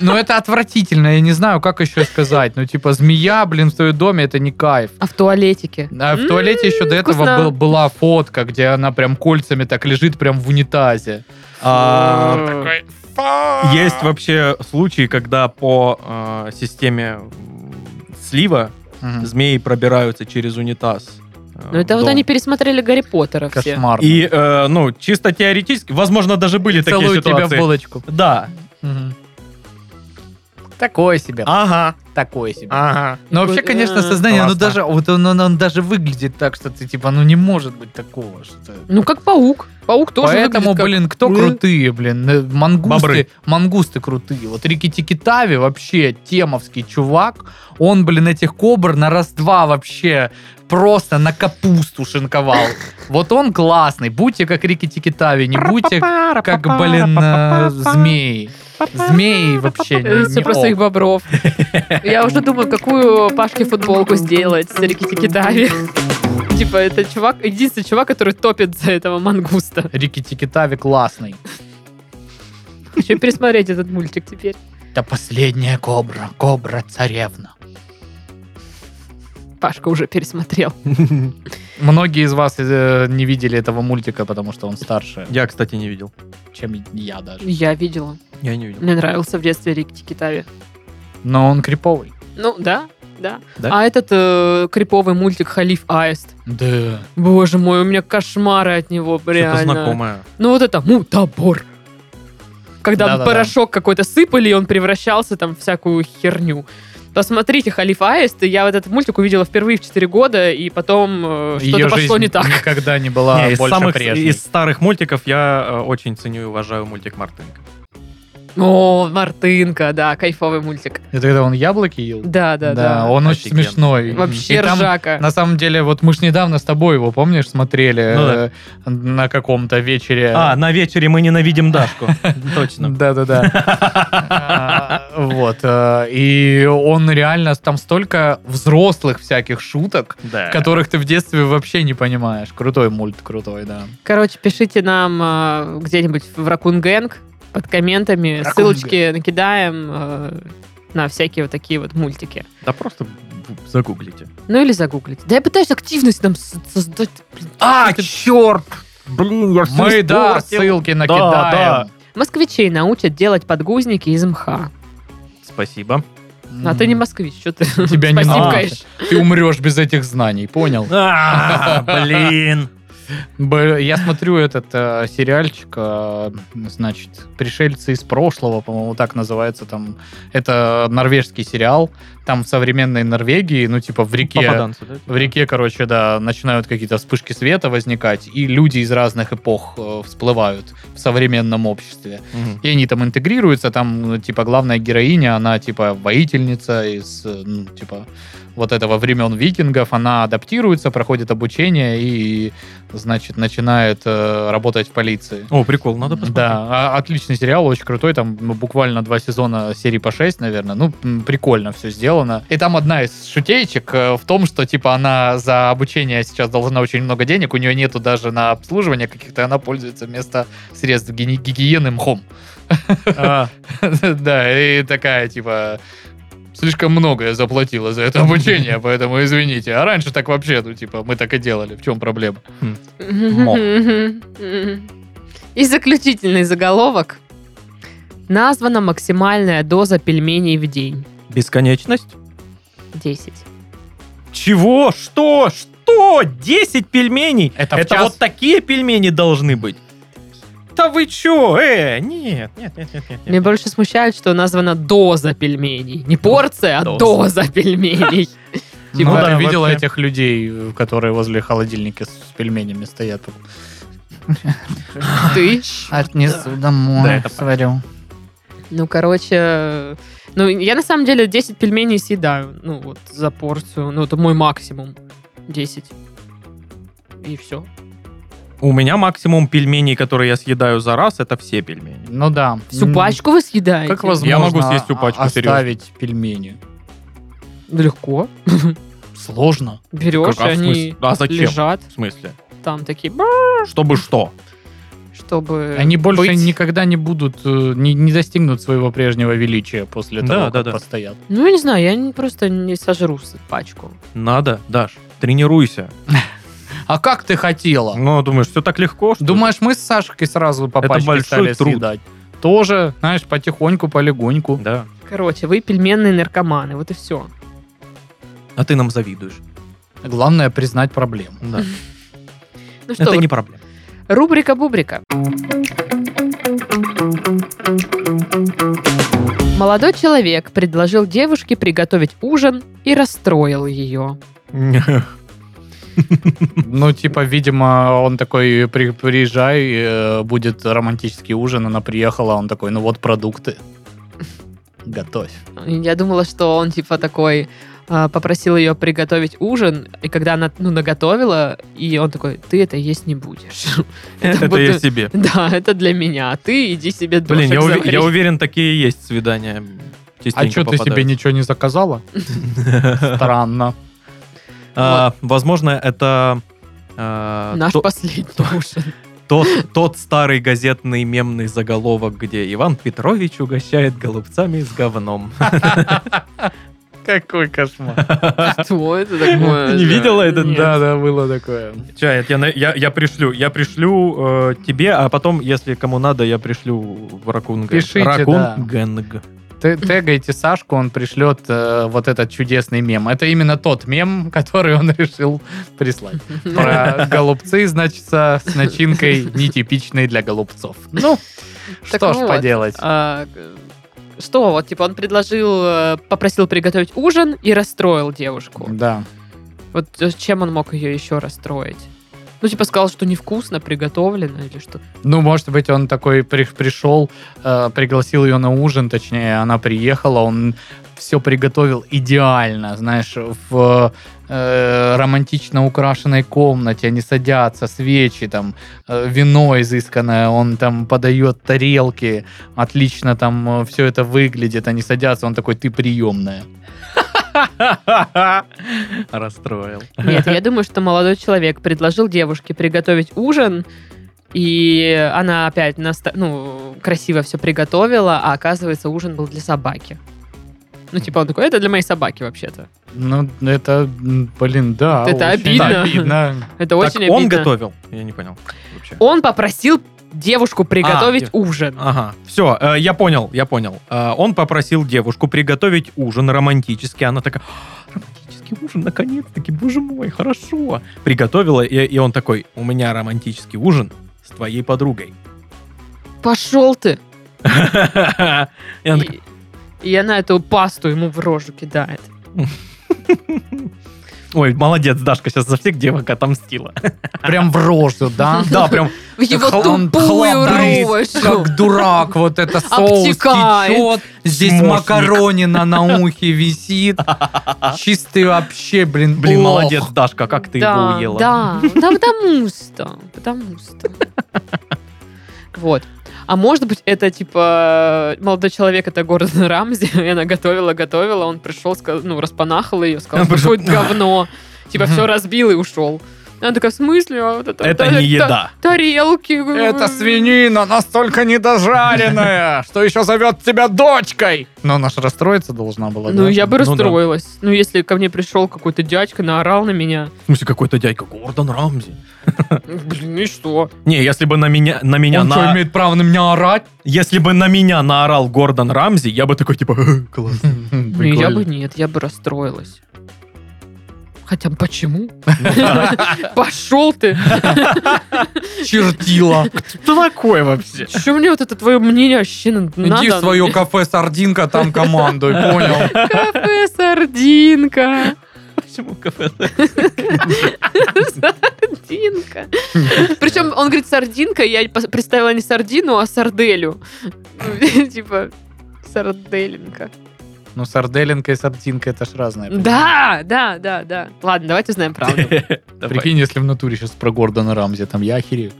[SPEAKER 3] Ну, это отвратительно, я не знаю, как еще сказать. Ну, типа, змея, блин, в твоем доме, это не кайф.
[SPEAKER 1] А в туалетике?
[SPEAKER 3] А в
[SPEAKER 1] М,
[SPEAKER 3] туалете еще до этого
[SPEAKER 1] вкусно.
[SPEAKER 3] был- была фотка, где она прям кольцами так лежит прям в унитазе.
[SPEAKER 2] А,
[SPEAKER 1] Такой,
[SPEAKER 2] Есть вообще случаи, когда по э, системе м, слива
[SPEAKER 3] Мгм.
[SPEAKER 2] змеи пробираются через унитаз. э,
[SPEAKER 1] Ну, это
[SPEAKER 2] в
[SPEAKER 1] вот
[SPEAKER 2] дом.
[SPEAKER 1] они пересмотрели Гарри Поттера все.
[SPEAKER 3] Кошмар.
[SPEAKER 2] И, э, ну, чисто теоретически, возможно, даже были такие
[SPEAKER 3] Целую тебя
[SPEAKER 2] ситуации.
[SPEAKER 3] в булочку.
[SPEAKER 2] Да.
[SPEAKER 3] Такое себе,
[SPEAKER 2] Ага,
[SPEAKER 3] такое себе.
[SPEAKER 2] ага.
[SPEAKER 3] А? Ну, вообще,
[SPEAKER 1] Такой,
[SPEAKER 3] конечно,
[SPEAKER 1] э,
[SPEAKER 3] сознание, оно
[SPEAKER 2] классно.
[SPEAKER 3] даже, вот он, он- он даже выглядит так, что ты, типа, ну не может быть такого, что...
[SPEAKER 1] Ну, как паук. Паук тоже
[SPEAKER 3] Поэтому,
[SPEAKER 1] выглядит как-
[SPEAKER 3] блин, кто
[SPEAKER 1] Э.
[SPEAKER 3] крутые, блин, э, мангусты,
[SPEAKER 2] Бобры.
[SPEAKER 3] мангусты крутые. Вот Рики Тики Тави вообще темовский чувак, он, блин, этих кобр на раз-два вообще просто на капусту шинковал. Вот он классный, будьте как Рики Тики Тави, не будьте как, блин, э, змеи. Змеи вообще не,
[SPEAKER 1] Э,
[SPEAKER 3] не
[SPEAKER 1] Все просто
[SPEAKER 3] ок.
[SPEAKER 1] их бобров. Я уже думаю, какую Пашке футболку сделать с рикки Тави. Типа, это чувак, единственный чувак, который топит за этого мангуста.
[SPEAKER 3] Рики Тики Тави классный.
[SPEAKER 1] Хочу пересмотреть этот мультик теперь.
[SPEAKER 3] Это последняя кобра, кобра царевна.
[SPEAKER 1] Пашка уже пересмотрел.
[SPEAKER 3] Многие из вас э, не видели этого мультика, потому что он старше,
[SPEAKER 2] Я, кстати, не видел.
[SPEAKER 3] чем я даже.
[SPEAKER 1] Я видела.
[SPEAKER 2] Я не
[SPEAKER 3] Ну,
[SPEAKER 2] видел.
[SPEAKER 1] Мне нравился в детстве Рик Тикитави.
[SPEAKER 3] Но он криповый.
[SPEAKER 1] Ну, да, да.
[SPEAKER 2] Да?
[SPEAKER 1] А этот э, криповый мультик «Халиф Аист».
[SPEAKER 3] Да.
[SPEAKER 1] Боже мой, у меня кошмары от него,
[SPEAKER 2] Что-то
[SPEAKER 1] реально.
[SPEAKER 2] знакомое.
[SPEAKER 1] Ну вот это мутабор. Когда
[SPEAKER 3] Да-да-да.
[SPEAKER 1] порошок какой-то сыпали, и он превращался там в всякую херню. Посмотрите «Халиф Аист», и я вот этот мультик увидела впервые в 4 года, и потом э,
[SPEAKER 3] Её
[SPEAKER 1] что-то пошло
[SPEAKER 3] жизнь
[SPEAKER 1] не так.
[SPEAKER 3] никогда не была
[SPEAKER 2] Не, из,
[SPEAKER 3] больше
[SPEAKER 2] самых,
[SPEAKER 3] прежней.
[SPEAKER 2] из старых мультиков я э, очень ценю и уважаю мультик Мартынка.
[SPEAKER 1] О, Мартынка, да, кайфовый мультик.
[SPEAKER 3] Это когда он яблоки ел?
[SPEAKER 1] Да, да, да.
[SPEAKER 3] он
[SPEAKER 2] Офигенно.
[SPEAKER 3] очень смешной.
[SPEAKER 1] Вообще
[SPEAKER 3] И там,
[SPEAKER 1] ржака.
[SPEAKER 3] На самом деле, вот мы ж недавно с тобой его, помнишь, смотрели
[SPEAKER 2] Ну
[SPEAKER 3] э, на каком-то вечере.
[SPEAKER 2] А, на вечере мы ненавидим Дашку. Точно.
[SPEAKER 3] Да-да-да. А, Вот. э, И он реально, там столько взрослых всяких шуток,
[SPEAKER 2] Да.
[SPEAKER 3] которых ты в детстве вообще не понимаешь. Крутой мульт, крутой, да.
[SPEAKER 1] Короче, пишите нам э, где-нибудь в Ракун Гэнг под комментами.
[SPEAKER 3] Raccoon
[SPEAKER 1] Ссылочки накидаем э, на всякие вот такие вот мультики.
[SPEAKER 2] Да просто в- загуглите.
[SPEAKER 1] Ну или загуглите. Да я пытаюсь активность нам со- создать. блин.
[SPEAKER 2] А, черт! Блин, я
[SPEAKER 3] Мы, да, ссылки накидаем.
[SPEAKER 1] Москвичей научат делать подгузники из мха.
[SPEAKER 2] Спасибо.
[SPEAKER 3] М.
[SPEAKER 1] А ты не москвич, что ты?
[SPEAKER 3] Тебя не
[SPEAKER 1] Спасибо,
[SPEAKER 2] надо.
[SPEAKER 1] конечно.
[SPEAKER 3] Ты умрешь без этих знаний, понял?
[SPEAKER 2] А, Блин.
[SPEAKER 3] Б- Я смотрю этот э, сериальчик, э, значит, «Пришельцы из прошлого», по-моему, так называется там. Это норвежский сериал, там в современной Норвегии, ну, типа в реке...
[SPEAKER 2] Попаданцы, да?
[SPEAKER 3] В реке, короче, да, начинают какие-то вспышки света возникать, и люди из разных эпох э, всплывают в современном обществе.
[SPEAKER 2] Мгм.
[SPEAKER 3] И они там интегрируются, там, ну, типа, главная героиня, она, типа, воительница из, э, ну, типа, вот этого времен викингов, она адаптируется, проходит обучение и, значит, начинает э, работать в полиции.
[SPEAKER 2] О, прикол, надо посмотреть.
[SPEAKER 3] Да, а- отличный сериал, очень крутой, там ну, буквально два сезона серии по 6, наверное, ну, м, прикольно все сделано. И там одна из шутеечек э, в том, что, типа, она за обучение сейчас должна очень много денег, у нее нету даже на обслуживание каких-то, и она пользуется вместо средств гини- гигиены мхом.
[SPEAKER 2] А,
[SPEAKER 3] Да, и такая, типа, слишком много я заплатила за это обучение, поэтому извините. А раньше так вообще, ну, типа, мы так и делали. В чем проблема?
[SPEAKER 1] И заключительный заголовок. Названа максимальная доза пельменей в день.
[SPEAKER 2] Бесконечность?
[SPEAKER 1] 10.
[SPEAKER 2] Чего? Что? Что? 10 пельменей?
[SPEAKER 3] Это А в
[SPEAKER 2] Это
[SPEAKER 3] час?
[SPEAKER 2] вот такие пельмени должны быть? Да вы чё? Э, нет, нет, нет, нет, нет.
[SPEAKER 1] Меня
[SPEAKER 2] нет.
[SPEAKER 1] больше смущает, что названа доза пельменей. Не порция, а
[SPEAKER 2] Доза.
[SPEAKER 1] доза пельменей.
[SPEAKER 3] Типа,
[SPEAKER 2] Ну
[SPEAKER 3] ты
[SPEAKER 2] да,
[SPEAKER 3] видела
[SPEAKER 2] вообще.
[SPEAKER 3] этих людей, которые возле холодильника с пельменями стоят?
[SPEAKER 1] Ты?
[SPEAKER 3] Отнесу домой,
[SPEAKER 2] Да, это
[SPEAKER 3] сварю.
[SPEAKER 1] Ну, короче... Ну, я на самом деле 10 пельменей съедаю. Ну, вот за порцию. Ну, это мой максимум. 10. И все.
[SPEAKER 2] У меня максимум пельменей, которые я съедаю за раз, это все пельмени.
[SPEAKER 3] Ну да.
[SPEAKER 1] Всю
[SPEAKER 3] М,
[SPEAKER 1] пачку вы съедаете?
[SPEAKER 3] Как возможно
[SPEAKER 2] Я могу съесть всю пачку, серьезно.
[SPEAKER 3] оставить пельмени?
[SPEAKER 1] Да Легко.
[SPEAKER 3] Сложно.
[SPEAKER 1] Берешь, и
[SPEAKER 2] Как- а в
[SPEAKER 1] они
[SPEAKER 2] смысле? А зачем?
[SPEAKER 1] лежат
[SPEAKER 2] В смысле?
[SPEAKER 1] там такие, «Ба»,
[SPEAKER 2] Чтобы что?
[SPEAKER 1] чтобы...
[SPEAKER 3] Они больше
[SPEAKER 1] Э, быть.
[SPEAKER 3] никогда не будут, э, не, не достигнут своего прежнего величия после
[SPEAKER 2] Да,
[SPEAKER 3] того,
[SPEAKER 2] да,
[SPEAKER 3] как
[SPEAKER 2] да.
[SPEAKER 3] постоят.
[SPEAKER 1] Ну, я не знаю, я не- просто не сожру с- пачку.
[SPEAKER 2] Надо, Даш, тренируйся.
[SPEAKER 3] А как ты хотела?
[SPEAKER 2] Ну, думаешь, все так легко? Что ли?
[SPEAKER 3] Думаешь, мы с Сашкой сразу по
[SPEAKER 2] Это
[SPEAKER 3] пачке
[SPEAKER 2] большой
[SPEAKER 3] стали
[SPEAKER 2] труд.
[SPEAKER 3] съедать? Тоже, знаешь, потихоньку, полегоньку.
[SPEAKER 2] Да.
[SPEAKER 1] Короче, вы пельменные наркоманы, вот и все.
[SPEAKER 2] А ты нам завидуешь.
[SPEAKER 3] Главное признать проблему.
[SPEAKER 2] Да.
[SPEAKER 1] Ну что,
[SPEAKER 2] Это не проблема.
[SPEAKER 1] Рубрика-бубрика. Молодой человек предложил девушке приготовить ужин и расстроил ее.
[SPEAKER 3] Ну, типа, видимо, он такой, «При- приезжай, э, будет романтический ужин, она приехала, он такой, ну вот продукты. Готовь.
[SPEAKER 1] Я думала, что он типа такой а, попросил ее приготовить ужин, и когда она ну, наготовила, и он такой, ты это есть не будешь. Это
[SPEAKER 2] Это
[SPEAKER 1] буду-
[SPEAKER 2] я себе.
[SPEAKER 1] Да, это для меня, а ты иди себе
[SPEAKER 2] Блин,
[SPEAKER 1] дошек
[SPEAKER 2] я, уве-
[SPEAKER 1] завари.
[SPEAKER 2] я уверен, такие и есть свидания.
[SPEAKER 3] А что ты себе ничего не заказала? Странно.
[SPEAKER 2] А, Возможно, это а,
[SPEAKER 1] Наш
[SPEAKER 2] то-
[SPEAKER 1] последний ужин.
[SPEAKER 2] тот, тот старый газетный мемный заголовок, где Иван Петрович угощает голубцами с говном.
[SPEAKER 3] Какой кошмар.
[SPEAKER 1] Что это такое?
[SPEAKER 2] Ты не видела это?
[SPEAKER 1] Нет.
[SPEAKER 3] Да, да, было такое.
[SPEAKER 2] Чай, я, на- я, я пришлю, я пришлю э, тебе, а потом, если кому надо, я пришлю в Ракунг.
[SPEAKER 3] Пишите, да. Т- Тегайте Сашку, он пришлет э, вот этот чудесный мем. Это именно тот мем, который он решил прислать. Про голубцы, значит, со- с начинкой нетипичной для голубцов. Ну,
[SPEAKER 1] Так
[SPEAKER 3] что ж
[SPEAKER 1] вот.
[SPEAKER 3] поделать.
[SPEAKER 1] А, э, Что, вот, типа, он предложил, э, попросил приготовить ужин и расстроил девушку.
[SPEAKER 3] Да.
[SPEAKER 1] Вот э, чем он мог ее еще расстроить? Ну, типа, сказал, что невкусно приготовлено или что-то.
[SPEAKER 3] Ну, может быть, он такой при- пришел, э, пригласил ее на ужин, точнее, она приехала, он все приготовил идеально, знаешь, в э, романтично украшенной комнате, они садятся, свечи там, э, вино изысканное, он там подает тарелки, отлично там все это выглядит, они садятся, он такой, ты приемная. Расстроил.
[SPEAKER 1] Нет, я думаю, что молодой человек предложил девушке приготовить ужин, и она опять наста- ну, красиво все приготовила, а оказывается, ужин был для собаки. Ну, типа, он такой, это для моей собаки вообще-то.
[SPEAKER 3] Ну, это, м, блин, да.
[SPEAKER 1] Это
[SPEAKER 3] очень
[SPEAKER 1] обидно.
[SPEAKER 3] обидно.
[SPEAKER 1] Это
[SPEAKER 2] Так
[SPEAKER 1] очень
[SPEAKER 2] он
[SPEAKER 1] обидно.
[SPEAKER 2] готовил? Я не понял вообще.
[SPEAKER 1] Он попросил девушку приготовить
[SPEAKER 2] дев-
[SPEAKER 1] ужин.
[SPEAKER 2] Ага, все, я понял, я понял. Э, он попросил девушку приготовить ужин романтический. Она такая, «А, романтический ужин, наконец-таки, боже мой, хорошо. Приготовила, и, и он такой, у меня романтический ужин с твоей подругой.
[SPEAKER 1] Пошел ты!
[SPEAKER 2] И она
[SPEAKER 1] И, и она эту пасту ему в рожу кидает.
[SPEAKER 2] Ой, молодец, Дашка сейчас за всех девок отомстила.
[SPEAKER 3] Прям в рожу, да?
[SPEAKER 2] Да, прям
[SPEAKER 1] В его
[SPEAKER 2] хол-
[SPEAKER 3] он
[SPEAKER 1] тупую
[SPEAKER 3] хлопает,
[SPEAKER 1] рожу.
[SPEAKER 3] Как дурак, вот это соус
[SPEAKER 1] Обтекает.
[SPEAKER 3] течет, здесь
[SPEAKER 2] Смошник.
[SPEAKER 3] макаронина на ухе висит. Чистый вообще, блин,
[SPEAKER 2] Блин,
[SPEAKER 3] лох.
[SPEAKER 2] молодец, Дашка, а как ты его
[SPEAKER 1] да,
[SPEAKER 2] уела.
[SPEAKER 1] Да, да, потому что, потому что. Вот. А может быть, это типа молодой человек, это Гордон Рамзи, и она готовила, готовила, он пришел, сказ- ну, распанахал ее, сказал,
[SPEAKER 2] Он пришел,
[SPEAKER 1] какое говно. Типа все разбил и ушел. Она такая, в смысле? А вот
[SPEAKER 2] Это
[SPEAKER 1] та-
[SPEAKER 2] не
[SPEAKER 1] та-
[SPEAKER 2] еда.
[SPEAKER 1] Тарелки.
[SPEAKER 3] Это свинина настолько недожаренная, что еще зовет тебя дочкой. Но она же расстроиться должна была,
[SPEAKER 1] Ну,
[SPEAKER 3] да?
[SPEAKER 1] я бы
[SPEAKER 2] Ну да.
[SPEAKER 1] расстроилась. Ну, если ко мне пришел какой-то дядька, наорал на меня.
[SPEAKER 2] В смысле, какой-то дядька Гордон Рамзи.
[SPEAKER 1] Блин, и что?
[SPEAKER 2] Не, если бы на меня, на меня
[SPEAKER 3] Он что,
[SPEAKER 2] на...
[SPEAKER 3] имеет право на меня орать?
[SPEAKER 2] Если бы на меня наорал Гордон Рамзи, я бы такой, типа, «Э, класс.
[SPEAKER 1] Ну, я бы
[SPEAKER 3] Прикольно.
[SPEAKER 1] нет, я бы расстроилась. Хотя бы почему? Пошел ты!
[SPEAKER 3] Чертила.
[SPEAKER 2] Что такое вообще?
[SPEAKER 1] Че мне вот это твое мнение вообще на- Ну, надо?
[SPEAKER 3] Иди в свое кафе «Сардинка», там командуй, понял?
[SPEAKER 1] Кафе сардинка.
[SPEAKER 2] Почему кафе?
[SPEAKER 1] Сардинка. Причем он говорит сардинка, я пос- представила не сардину, а сарделю. Типа сарделинка.
[SPEAKER 3] Ну, сарделинка и сардинка, это ж разное.
[SPEAKER 1] Да, да, да, да. Ладно, давайте узнаем правду.
[SPEAKER 3] Прикинь, если в натуре сейчас про Гордона Рамзи, там я охерею.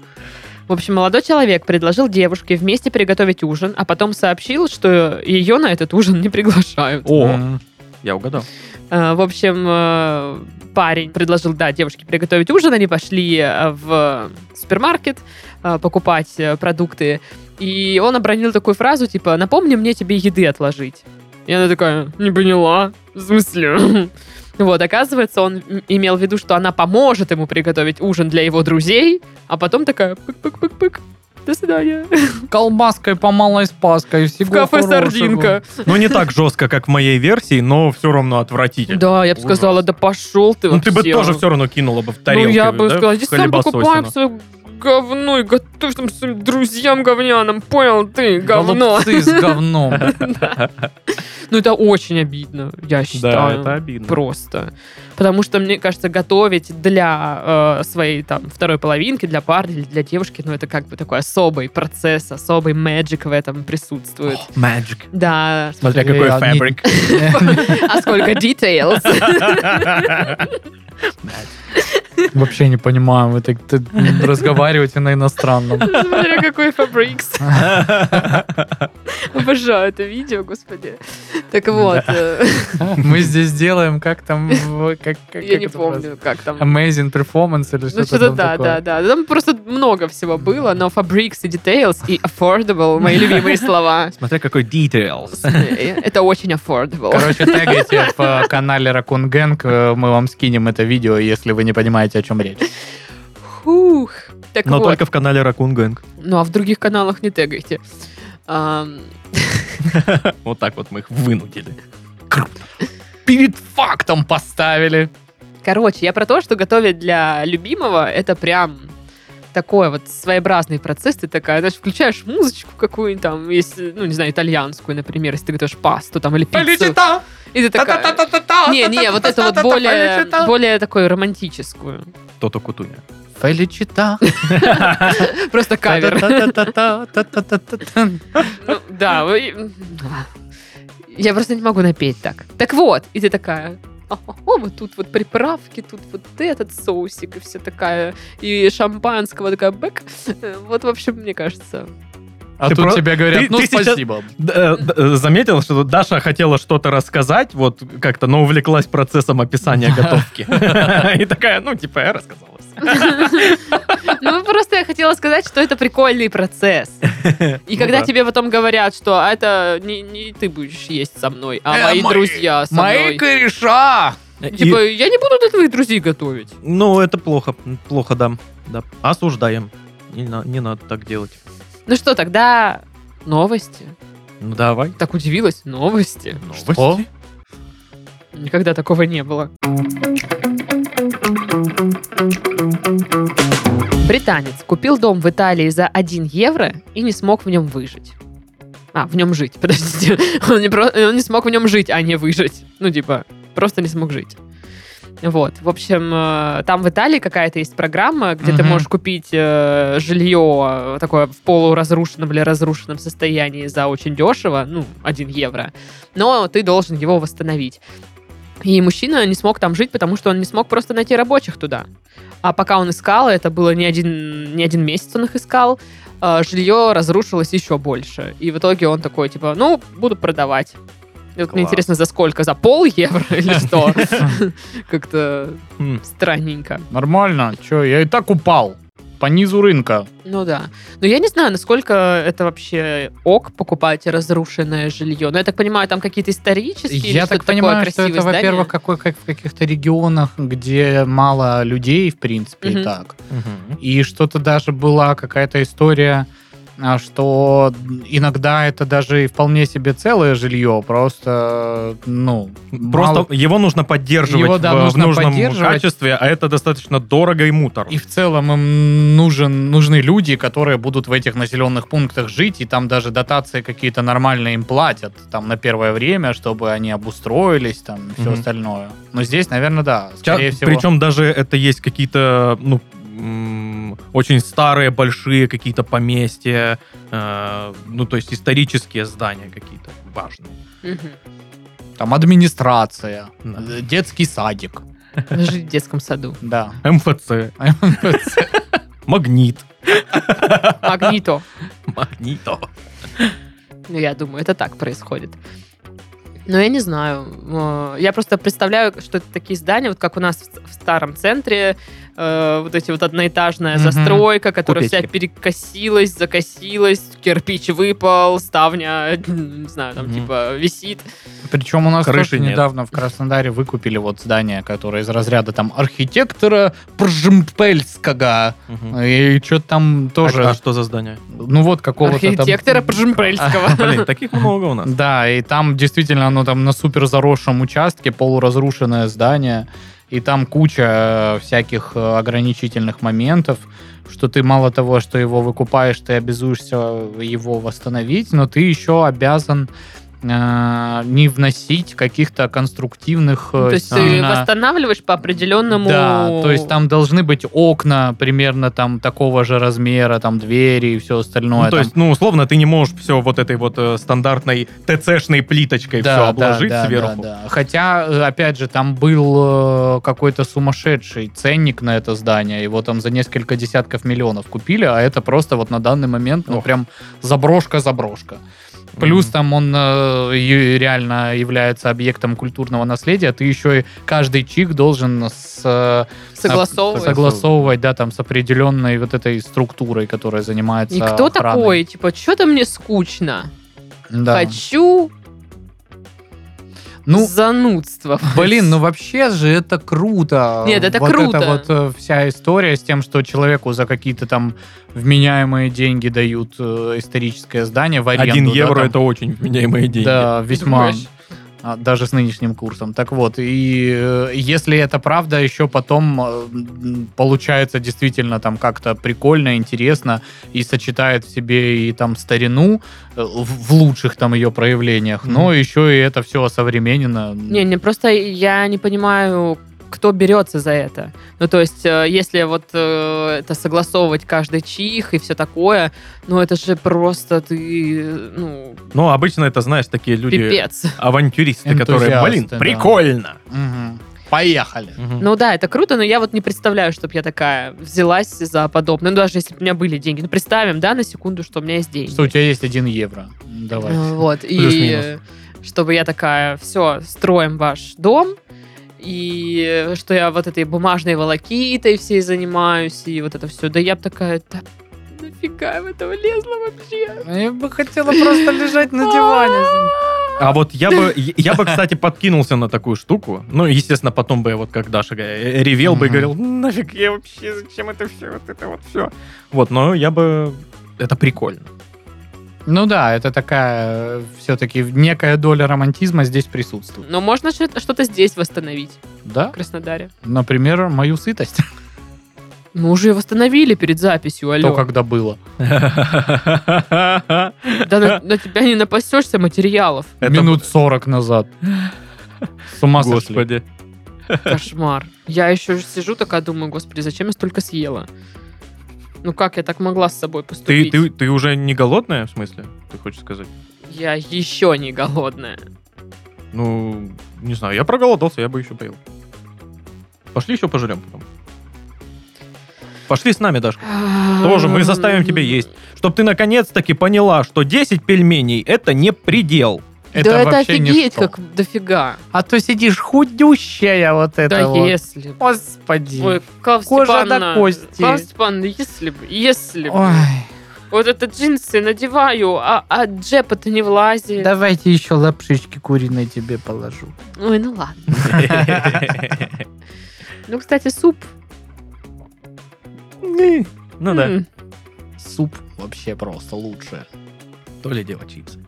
[SPEAKER 1] В общем, молодой человек предложил девушке вместе приготовить ужин, а потом сообщил, что ее на этот ужин не приглашают.
[SPEAKER 2] О, я угадал.
[SPEAKER 1] Э, В общем, э, парень предложил, да, девушке приготовить ужин. Они пошли э, в супермаркет э, покупать э, продукты. И он обронил такую фразу, типа, напомни мне тебе еды отложить. И она такая, не поняла, в смысле? Вот, оказывается, он м- имел в виду, что она поможет ему приготовить ужин для его друзей, а потом такая, пык-пык-пык-пык, до свидания.
[SPEAKER 3] Колбаской по малой спаской всего
[SPEAKER 1] В кафе
[SPEAKER 3] хорошего.
[SPEAKER 1] «Сардинка».
[SPEAKER 2] Ну, не так жестко, как в моей версии, но все равно отвратительно.
[SPEAKER 1] Да, я бы сказала, да пошел ты
[SPEAKER 2] Ну, ты бы
[SPEAKER 1] вообще».
[SPEAKER 2] тоже все равно кинула бы в тарелку.
[SPEAKER 1] Ну, я бы
[SPEAKER 2] да, ну.
[SPEAKER 1] сказала, иди сам
[SPEAKER 2] хлебососина.
[SPEAKER 1] покупаем свое говно и готовь там своим друзьям говняным, понял ты, говно.
[SPEAKER 3] Голубцы с говном.
[SPEAKER 1] Ну, это очень обидно, я
[SPEAKER 2] Да,
[SPEAKER 1] считаю.
[SPEAKER 2] это обидно.
[SPEAKER 1] Просто. Потому что, мне кажется, готовить для э, своей там второй половинки, для парня или для девушки, ну, это как бы такой особый процесс, особый magic в этом присутствует.
[SPEAKER 2] Magic.
[SPEAKER 1] Да.
[SPEAKER 2] Смотря какой
[SPEAKER 3] Э, а, не-
[SPEAKER 2] фабрик.
[SPEAKER 1] А сколько details.
[SPEAKER 3] Вообще не понимаю, вы так т- разговариваете на иностранном.
[SPEAKER 1] Смотря какой Фабрикс. Обожаю это видео, господи. Так вот, э,
[SPEAKER 3] Мы здесь делаем, как там... в- как- как-
[SPEAKER 1] я
[SPEAKER 3] как
[SPEAKER 1] не
[SPEAKER 3] это называется?
[SPEAKER 1] помню, как там.
[SPEAKER 3] Amazing performance или
[SPEAKER 1] Ну,
[SPEAKER 3] что-то
[SPEAKER 1] что-то
[SPEAKER 3] там
[SPEAKER 1] да, да,
[SPEAKER 3] такое.
[SPEAKER 1] да. Там просто много всего было, но Fabrics и Details и Affordable — мои любимые слова. э,
[SPEAKER 2] Смотря какой details.
[SPEAKER 1] Это очень affordable.
[SPEAKER 3] Короче, тегайте в э, канале Raccoon Gang, э, мы вам скинем это видео, если вы не понимаете, о чем речь.
[SPEAKER 1] Фух. Так
[SPEAKER 2] Но
[SPEAKER 1] вот.
[SPEAKER 2] только в канале Raccoon Gang.
[SPEAKER 1] Ну, а в других каналах не тегайте. Ам,
[SPEAKER 2] Вот так вот мы их вынудили.
[SPEAKER 3] Перед фактом поставили.
[SPEAKER 1] Короче, я про то, что готовить для любимого это прям такой вот своеобразный процесс. Ты такая, знаешь, включаешь музычку какую-нибудь там, если, ну, не знаю, итальянскую, например, если ты готовишь пасту там или пиццу. И ты такая... Не, не, вот это вот более, более такой романтическую.
[SPEAKER 2] То-то кутуня.
[SPEAKER 3] Феличита.
[SPEAKER 1] Просто кавер.
[SPEAKER 3] Та-та-та-та-та-та-та-та-та.
[SPEAKER 1] Ну, да, вы- я просто не могу напеть так. Так вот, и ты такая, о, вот тут вот приправки, тут вот этот соусик, и все такая, и шампанского такая, бэк. Э, Вот, в общем, мне кажется.
[SPEAKER 3] А
[SPEAKER 2] Ты
[SPEAKER 3] тут
[SPEAKER 2] про-
[SPEAKER 3] тебе говорят,
[SPEAKER 2] ты-
[SPEAKER 3] ну
[SPEAKER 2] ты сейчас-
[SPEAKER 3] спасибо.
[SPEAKER 2] э, Заметил, что Даша хотела что-то рассказать, вот как-то, но увлеклась процессом описания готовки. И такая, ну, типа, я рассказалась.
[SPEAKER 1] Ну, просто я хотела сказать, что это прикольный процесс. И
[SPEAKER 2] Ну
[SPEAKER 1] когда
[SPEAKER 2] да.
[SPEAKER 1] тебе потом говорят, что «А это не, не ты будешь есть со мной, а
[SPEAKER 3] Э,
[SPEAKER 1] мои
[SPEAKER 3] мои-
[SPEAKER 1] друзья со
[SPEAKER 3] Мои
[SPEAKER 1] мной.
[SPEAKER 3] кореша!
[SPEAKER 1] Типа, я не буду для твоих друзей готовить.
[SPEAKER 2] Ну, это плохо, плохо, да. да. Осуждаем. Не, на- не надо так делать.
[SPEAKER 1] Ну что, тогда новости.
[SPEAKER 2] Ну, давай.
[SPEAKER 1] Так удивилась, новости.
[SPEAKER 3] О,
[SPEAKER 1] Никогда такого не было. Британец купил дом в Италии за 1 евро и не смог в нем выжить. А, в нем жить, подождите. Он не, про- он не смог в нем жить, а не выжить. Ну, типа, просто не смог жить. Вот, в общем, э, там в Италии какая-то есть программа, где ты
[SPEAKER 3] Мгм.
[SPEAKER 1] можешь купить э, жилье э, такое в полуразрушенном или разрушенном состоянии за очень дешево, ну, 1 евро, но ты должен его восстановить. И мужчина не смог там жить, потому что он не смог просто найти рабочих туда. А пока он искал, это было не один, не один месяц он их искал, э, жилье разрушилось еще больше. И в итоге он такой, типа, ну, буду продавать. И вот мне
[SPEAKER 2] Класс.
[SPEAKER 1] интересно, за сколько? За пол евро или что? Как-то
[SPEAKER 2] М.
[SPEAKER 1] странненько.
[SPEAKER 3] Нормально, чё, я и так упал. По низу рынка.
[SPEAKER 1] Ну да. Но я не знаю, насколько это вообще ок покупать разрушенное жилье. Но я так понимаю, там какие-то исторические или
[SPEAKER 3] Я
[SPEAKER 1] что-то
[SPEAKER 3] так понимаю,
[SPEAKER 1] такое,
[SPEAKER 3] что это,
[SPEAKER 1] красивые здания?
[SPEAKER 3] во-первых, какой, как в каких-то регионах, где мало людей, в принципе,
[SPEAKER 1] Мгм.
[SPEAKER 3] и так. И что-то даже была какая-то история, а, что иногда это даже и вполне себе целое жилье, просто, ну...
[SPEAKER 2] Просто
[SPEAKER 3] мало-
[SPEAKER 2] его нужно поддерживать
[SPEAKER 3] Его, да,
[SPEAKER 2] в, в
[SPEAKER 3] нужно
[SPEAKER 2] нужном
[SPEAKER 3] поддерживать.
[SPEAKER 2] качестве, а это достаточно дорого и муторно.
[SPEAKER 3] И в целом им нужен, нужны люди, которые будут в этих населенных пунктах жить, и там даже дотации какие-то нормальные им платят там на первое время, чтобы они обустроились, там и все
[SPEAKER 2] Мгм.
[SPEAKER 3] остальное. Но здесь, наверное, да,
[SPEAKER 2] Ча-
[SPEAKER 3] скорее всего.
[SPEAKER 2] Причем даже это есть какие-то, ну, м, очень старые, большие какие-то поместья, э, ну, то есть исторические здания какие-то важные.
[SPEAKER 1] Мгм.
[SPEAKER 3] там администрация,
[SPEAKER 2] Да.
[SPEAKER 3] э, детский садик,
[SPEAKER 1] Жить в детском саду.
[SPEAKER 3] да.
[SPEAKER 2] МФЦ, Магнит.
[SPEAKER 1] Магнито.
[SPEAKER 2] Магнито.
[SPEAKER 1] Ну, я думаю, это так происходит. Но я не знаю. Э, Я просто представляю, что это такие здания, вот как у нас в- в старом центре, э, вот эти вот одноэтажная
[SPEAKER 3] Мгм.
[SPEAKER 1] застройка, которая вся
[SPEAKER 2] Купечки.
[SPEAKER 1] перекосилась, закосилась, кирпич выпал, ставня, не знаю, там
[SPEAKER 2] Мгм.
[SPEAKER 1] типа висит.
[SPEAKER 3] Причем у нас
[SPEAKER 2] Крыши
[SPEAKER 3] тоже
[SPEAKER 2] нет.
[SPEAKER 3] недавно в Краснодаре выкупили вот здание, которое из разряда там архитектора Пржемпельского.
[SPEAKER 2] Мгм.
[SPEAKER 3] И что-то там тоже...
[SPEAKER 2] А- а что за здание?
[SPEAKER 3] Ну вот какого-то там- А,
[SPEAKER 1] Архитектора Пржемпельского.
[SPEAKER 2] Блин, таких много у нас.
[SPEAKER 3] Да, и там действительно оно там на супер заросшем участке, полуразрушенное здание, и там куча э, всяких э, ограничительных моментов, что ты мало того, э, что его выкупаешь, ты обязуешься его восстановить, но ты еще обязан а, не вносить каких-то конструктивных...
[SPEAKER 1] Ну,
[SPEAKER 3] э,
[SPEAKER 1] То есть ты
[SPEAKER 3] именно-
[SPEAKER 1] восстанавливаешь по определенному...
[SPEAKER 3] Да, то есть там должны быть окна примерно там такого же размера, там двери и все
[SPEAKER 2] Ну,
[SPEAKER 3] остальное.
[SPEAKER 2] то
[SPEAKER 3] там.
[SPEAKER 2] есть, ну, условно, ты не можешь все вот этой вот э, стандартной ТЦшной плиточкой все обложить
[SPEAKER 3] да,
[SPEAKER 2] сверху.
[SPEAKER 3] да, да. Хотя, э, опять же, там был э, какой-то сумасшедший ценник на это здание. Его там за несколько десятков миллионов купили, а это просто вот на данный момент, ну,
[SPEAKER 2] Ох.
[SPEAKER 3] прям заброшка-заброшка. Плюс
[SPEAKER 2] Мгм.
[SPEAKER 3] там он э, и- реально является объектом культурного наследия. Ты еще и каждый чик должен с, э,
[SPEAKER 1] Согласовываешь.
[SPEAKER 3] согласовывать, да, там с определенной вот этой структурой, которая занимается.
[SPEAKER 1] И кто
[SPEAKER 3] охраной.
[SPEAKER 1] такой? Типа, что-то мне скучно.
[SPEAKER 3] Да.
[SPEAKER 1] Хочу
[SPEAKER 3] Ну,
[SPEAKER 1] занудство.
[SPEAKER 3] блин,
[SPEAKER 4] Блин, ну вообще же это круто.
[SPEAKER 1] Нет, это
[SPEAKER 4] вот
[SPEAKER 1] круто.
[SPEAKER 4] Это вот э, вся история с тем, что человеку за какие-то там вменяемые деньги дают э, историческое здание в аренду.
[SPEAKER 2] Один
[SPEAKER 4] да,
[SPEAKER 2] евро
[SPEAKER 4] там.
[SPEAKER 2] это очень вменяемые деньги.
[SPEAKER 3] Да, весьма.
[SPEAKER 1] Думаешь?
[SPEAKER 3] А, Даже с нынешним курсом. Так вот, и э, если это правда, еще потом э, м, получается действительно там как-то прикольно, интересно и сочетает в себе и там старину э, в, в лучших там ее проявлениях, но еще и это все осовременено.
[SPEAKER 1] Не, не, просто я не понимаю, кто берется за это. Ну, то есть, э, если вот э, это согласовывать каждый чих и все такое, ну, это же просто ты, э, ну,
[SPEAKER 2] Ну, обычно это, знаешь, такие люди,
[SPEAKER 1] пипец.
[SPEAKER 2] авантюристы, которые,
[SPEAKER 3] Энтузиасты,
[SPEAKER 2] блин,
[SPEAKER 3] да.
[SPEAKER 2] прикольно.
[SPEAKER 3] Мгм. Поехали.
[SPEAKER 2] Мгм.
[SPEAKER 1] Ну да, это круто, но я вот не представляю, чтобы я такая взялась за подобное. Ну, даже если бы у меня были деньги. Ну, представим, да, на секунду, что у меня есть деньги.
[SPEAKER 3] Что у тебя есть один евро? Давай.
[SPEAKER 1] Э, Вот, и
[SPEAKER 2] Плюс-минус.
[SPEAKER 1] э, чтобы я такая, все, строим ваш дом, и э, что я вот этой бумажной волокитой всей занимаюсь, и вот это все. Да я бы такая, да нафига я в этого лезла вообще?
[SPEAKER 4] Ну, Я бы хотела просто лежать на диване.
[SPEAKER 2] А вот я бы, я бы, кстати, подкинулся на такую штуку. Ну, естественно, потом бы я вот как Даша э, ревел бы и
[SPEAKER 3] Мгм.
[SPEAKER 2] говорил, нафиг я вообще, зачем это все, вот это вот все. Вот, но я бы... Это прикольно.
[SPEAKER 3] Ну да, это такая э, все-таки некая доля романтизма здесь присутствует.
[SPEAKER 1] Но можно что- что-то здесь восстановить, в
[SPEAKER 3] Да?
[SPEAKER 1] Краснодаре.
[SPEAKER 3] Например, мою сытость.
[SPEAKER 1] Мы уже её восстановили перед записью, алло.
[SPEAKER 3] То, когда было.
[SPEAKER 1] Да на, на тебя не напасешься материалов.
[SPEAKER 2] Это
[SPEAKER 3] Минут 40 назад. С ума сошли.
[SPEAKER 2] Господи.
[SPEAKER 1] Кошмар. Я еще сижу такая, думаю, господи, зачем я столько съела? Ну как я так могла с собой
[SPEAKER 2] Ты,
[SPEAKER 1] поступить?
[SPEAKER 2] ты, ты уже не голодная, в смысле? Ты хочешь сказать?
[SPEAKER 1] Я еще не голодная.
[SPEAKER 2] Ну, не знаю, я проголодался, я бы еще поел. Пошли еще пожрем потом. Пошли с нами, Дашка. Тоже мы заставим тебя есть. Чтоб ты наконец-таки поняла, что 10 пельменей это не предел.
[SPEAKER 1] да это
[SPEAKER 3] вообще
[SPEAKER 1] офигеть,
[SPEAKER 3] ничто.
[SPEAKER 1] как дофига.
[SPEAKER 4] А то сидишь худющая вот это
[SPEAKER 1] да
[SPEAKER 4] вот.
[SPEAKER 1] если б.
[SPEAKER 4] Господи.
[SPEAKER 1] Ой, Клав
[SPEAKER 4] Кожа до
[SPEAKER 1] Степановна,
[SPEAKER 4] кости.
[SPEAKER 1] Клав Степановна, если бы, если бы.
[SPEAKER 4] Ой,
[SPEAKER 1] Вот это джинсы надеваю, а, а джепа-то не влазит.
[SPEAKER 4] давайте еще лапшички куриной тебе положу.
[SPEAKER 1] Ой, ну ладно. Ну, кстати, суп.
[SPEAKER 2] Ну да.
[SPEAKER 1] М,
[SPEAKER 3] Суп вообще просто лучше.
[SPEAKER 2] То ли дело чипсы.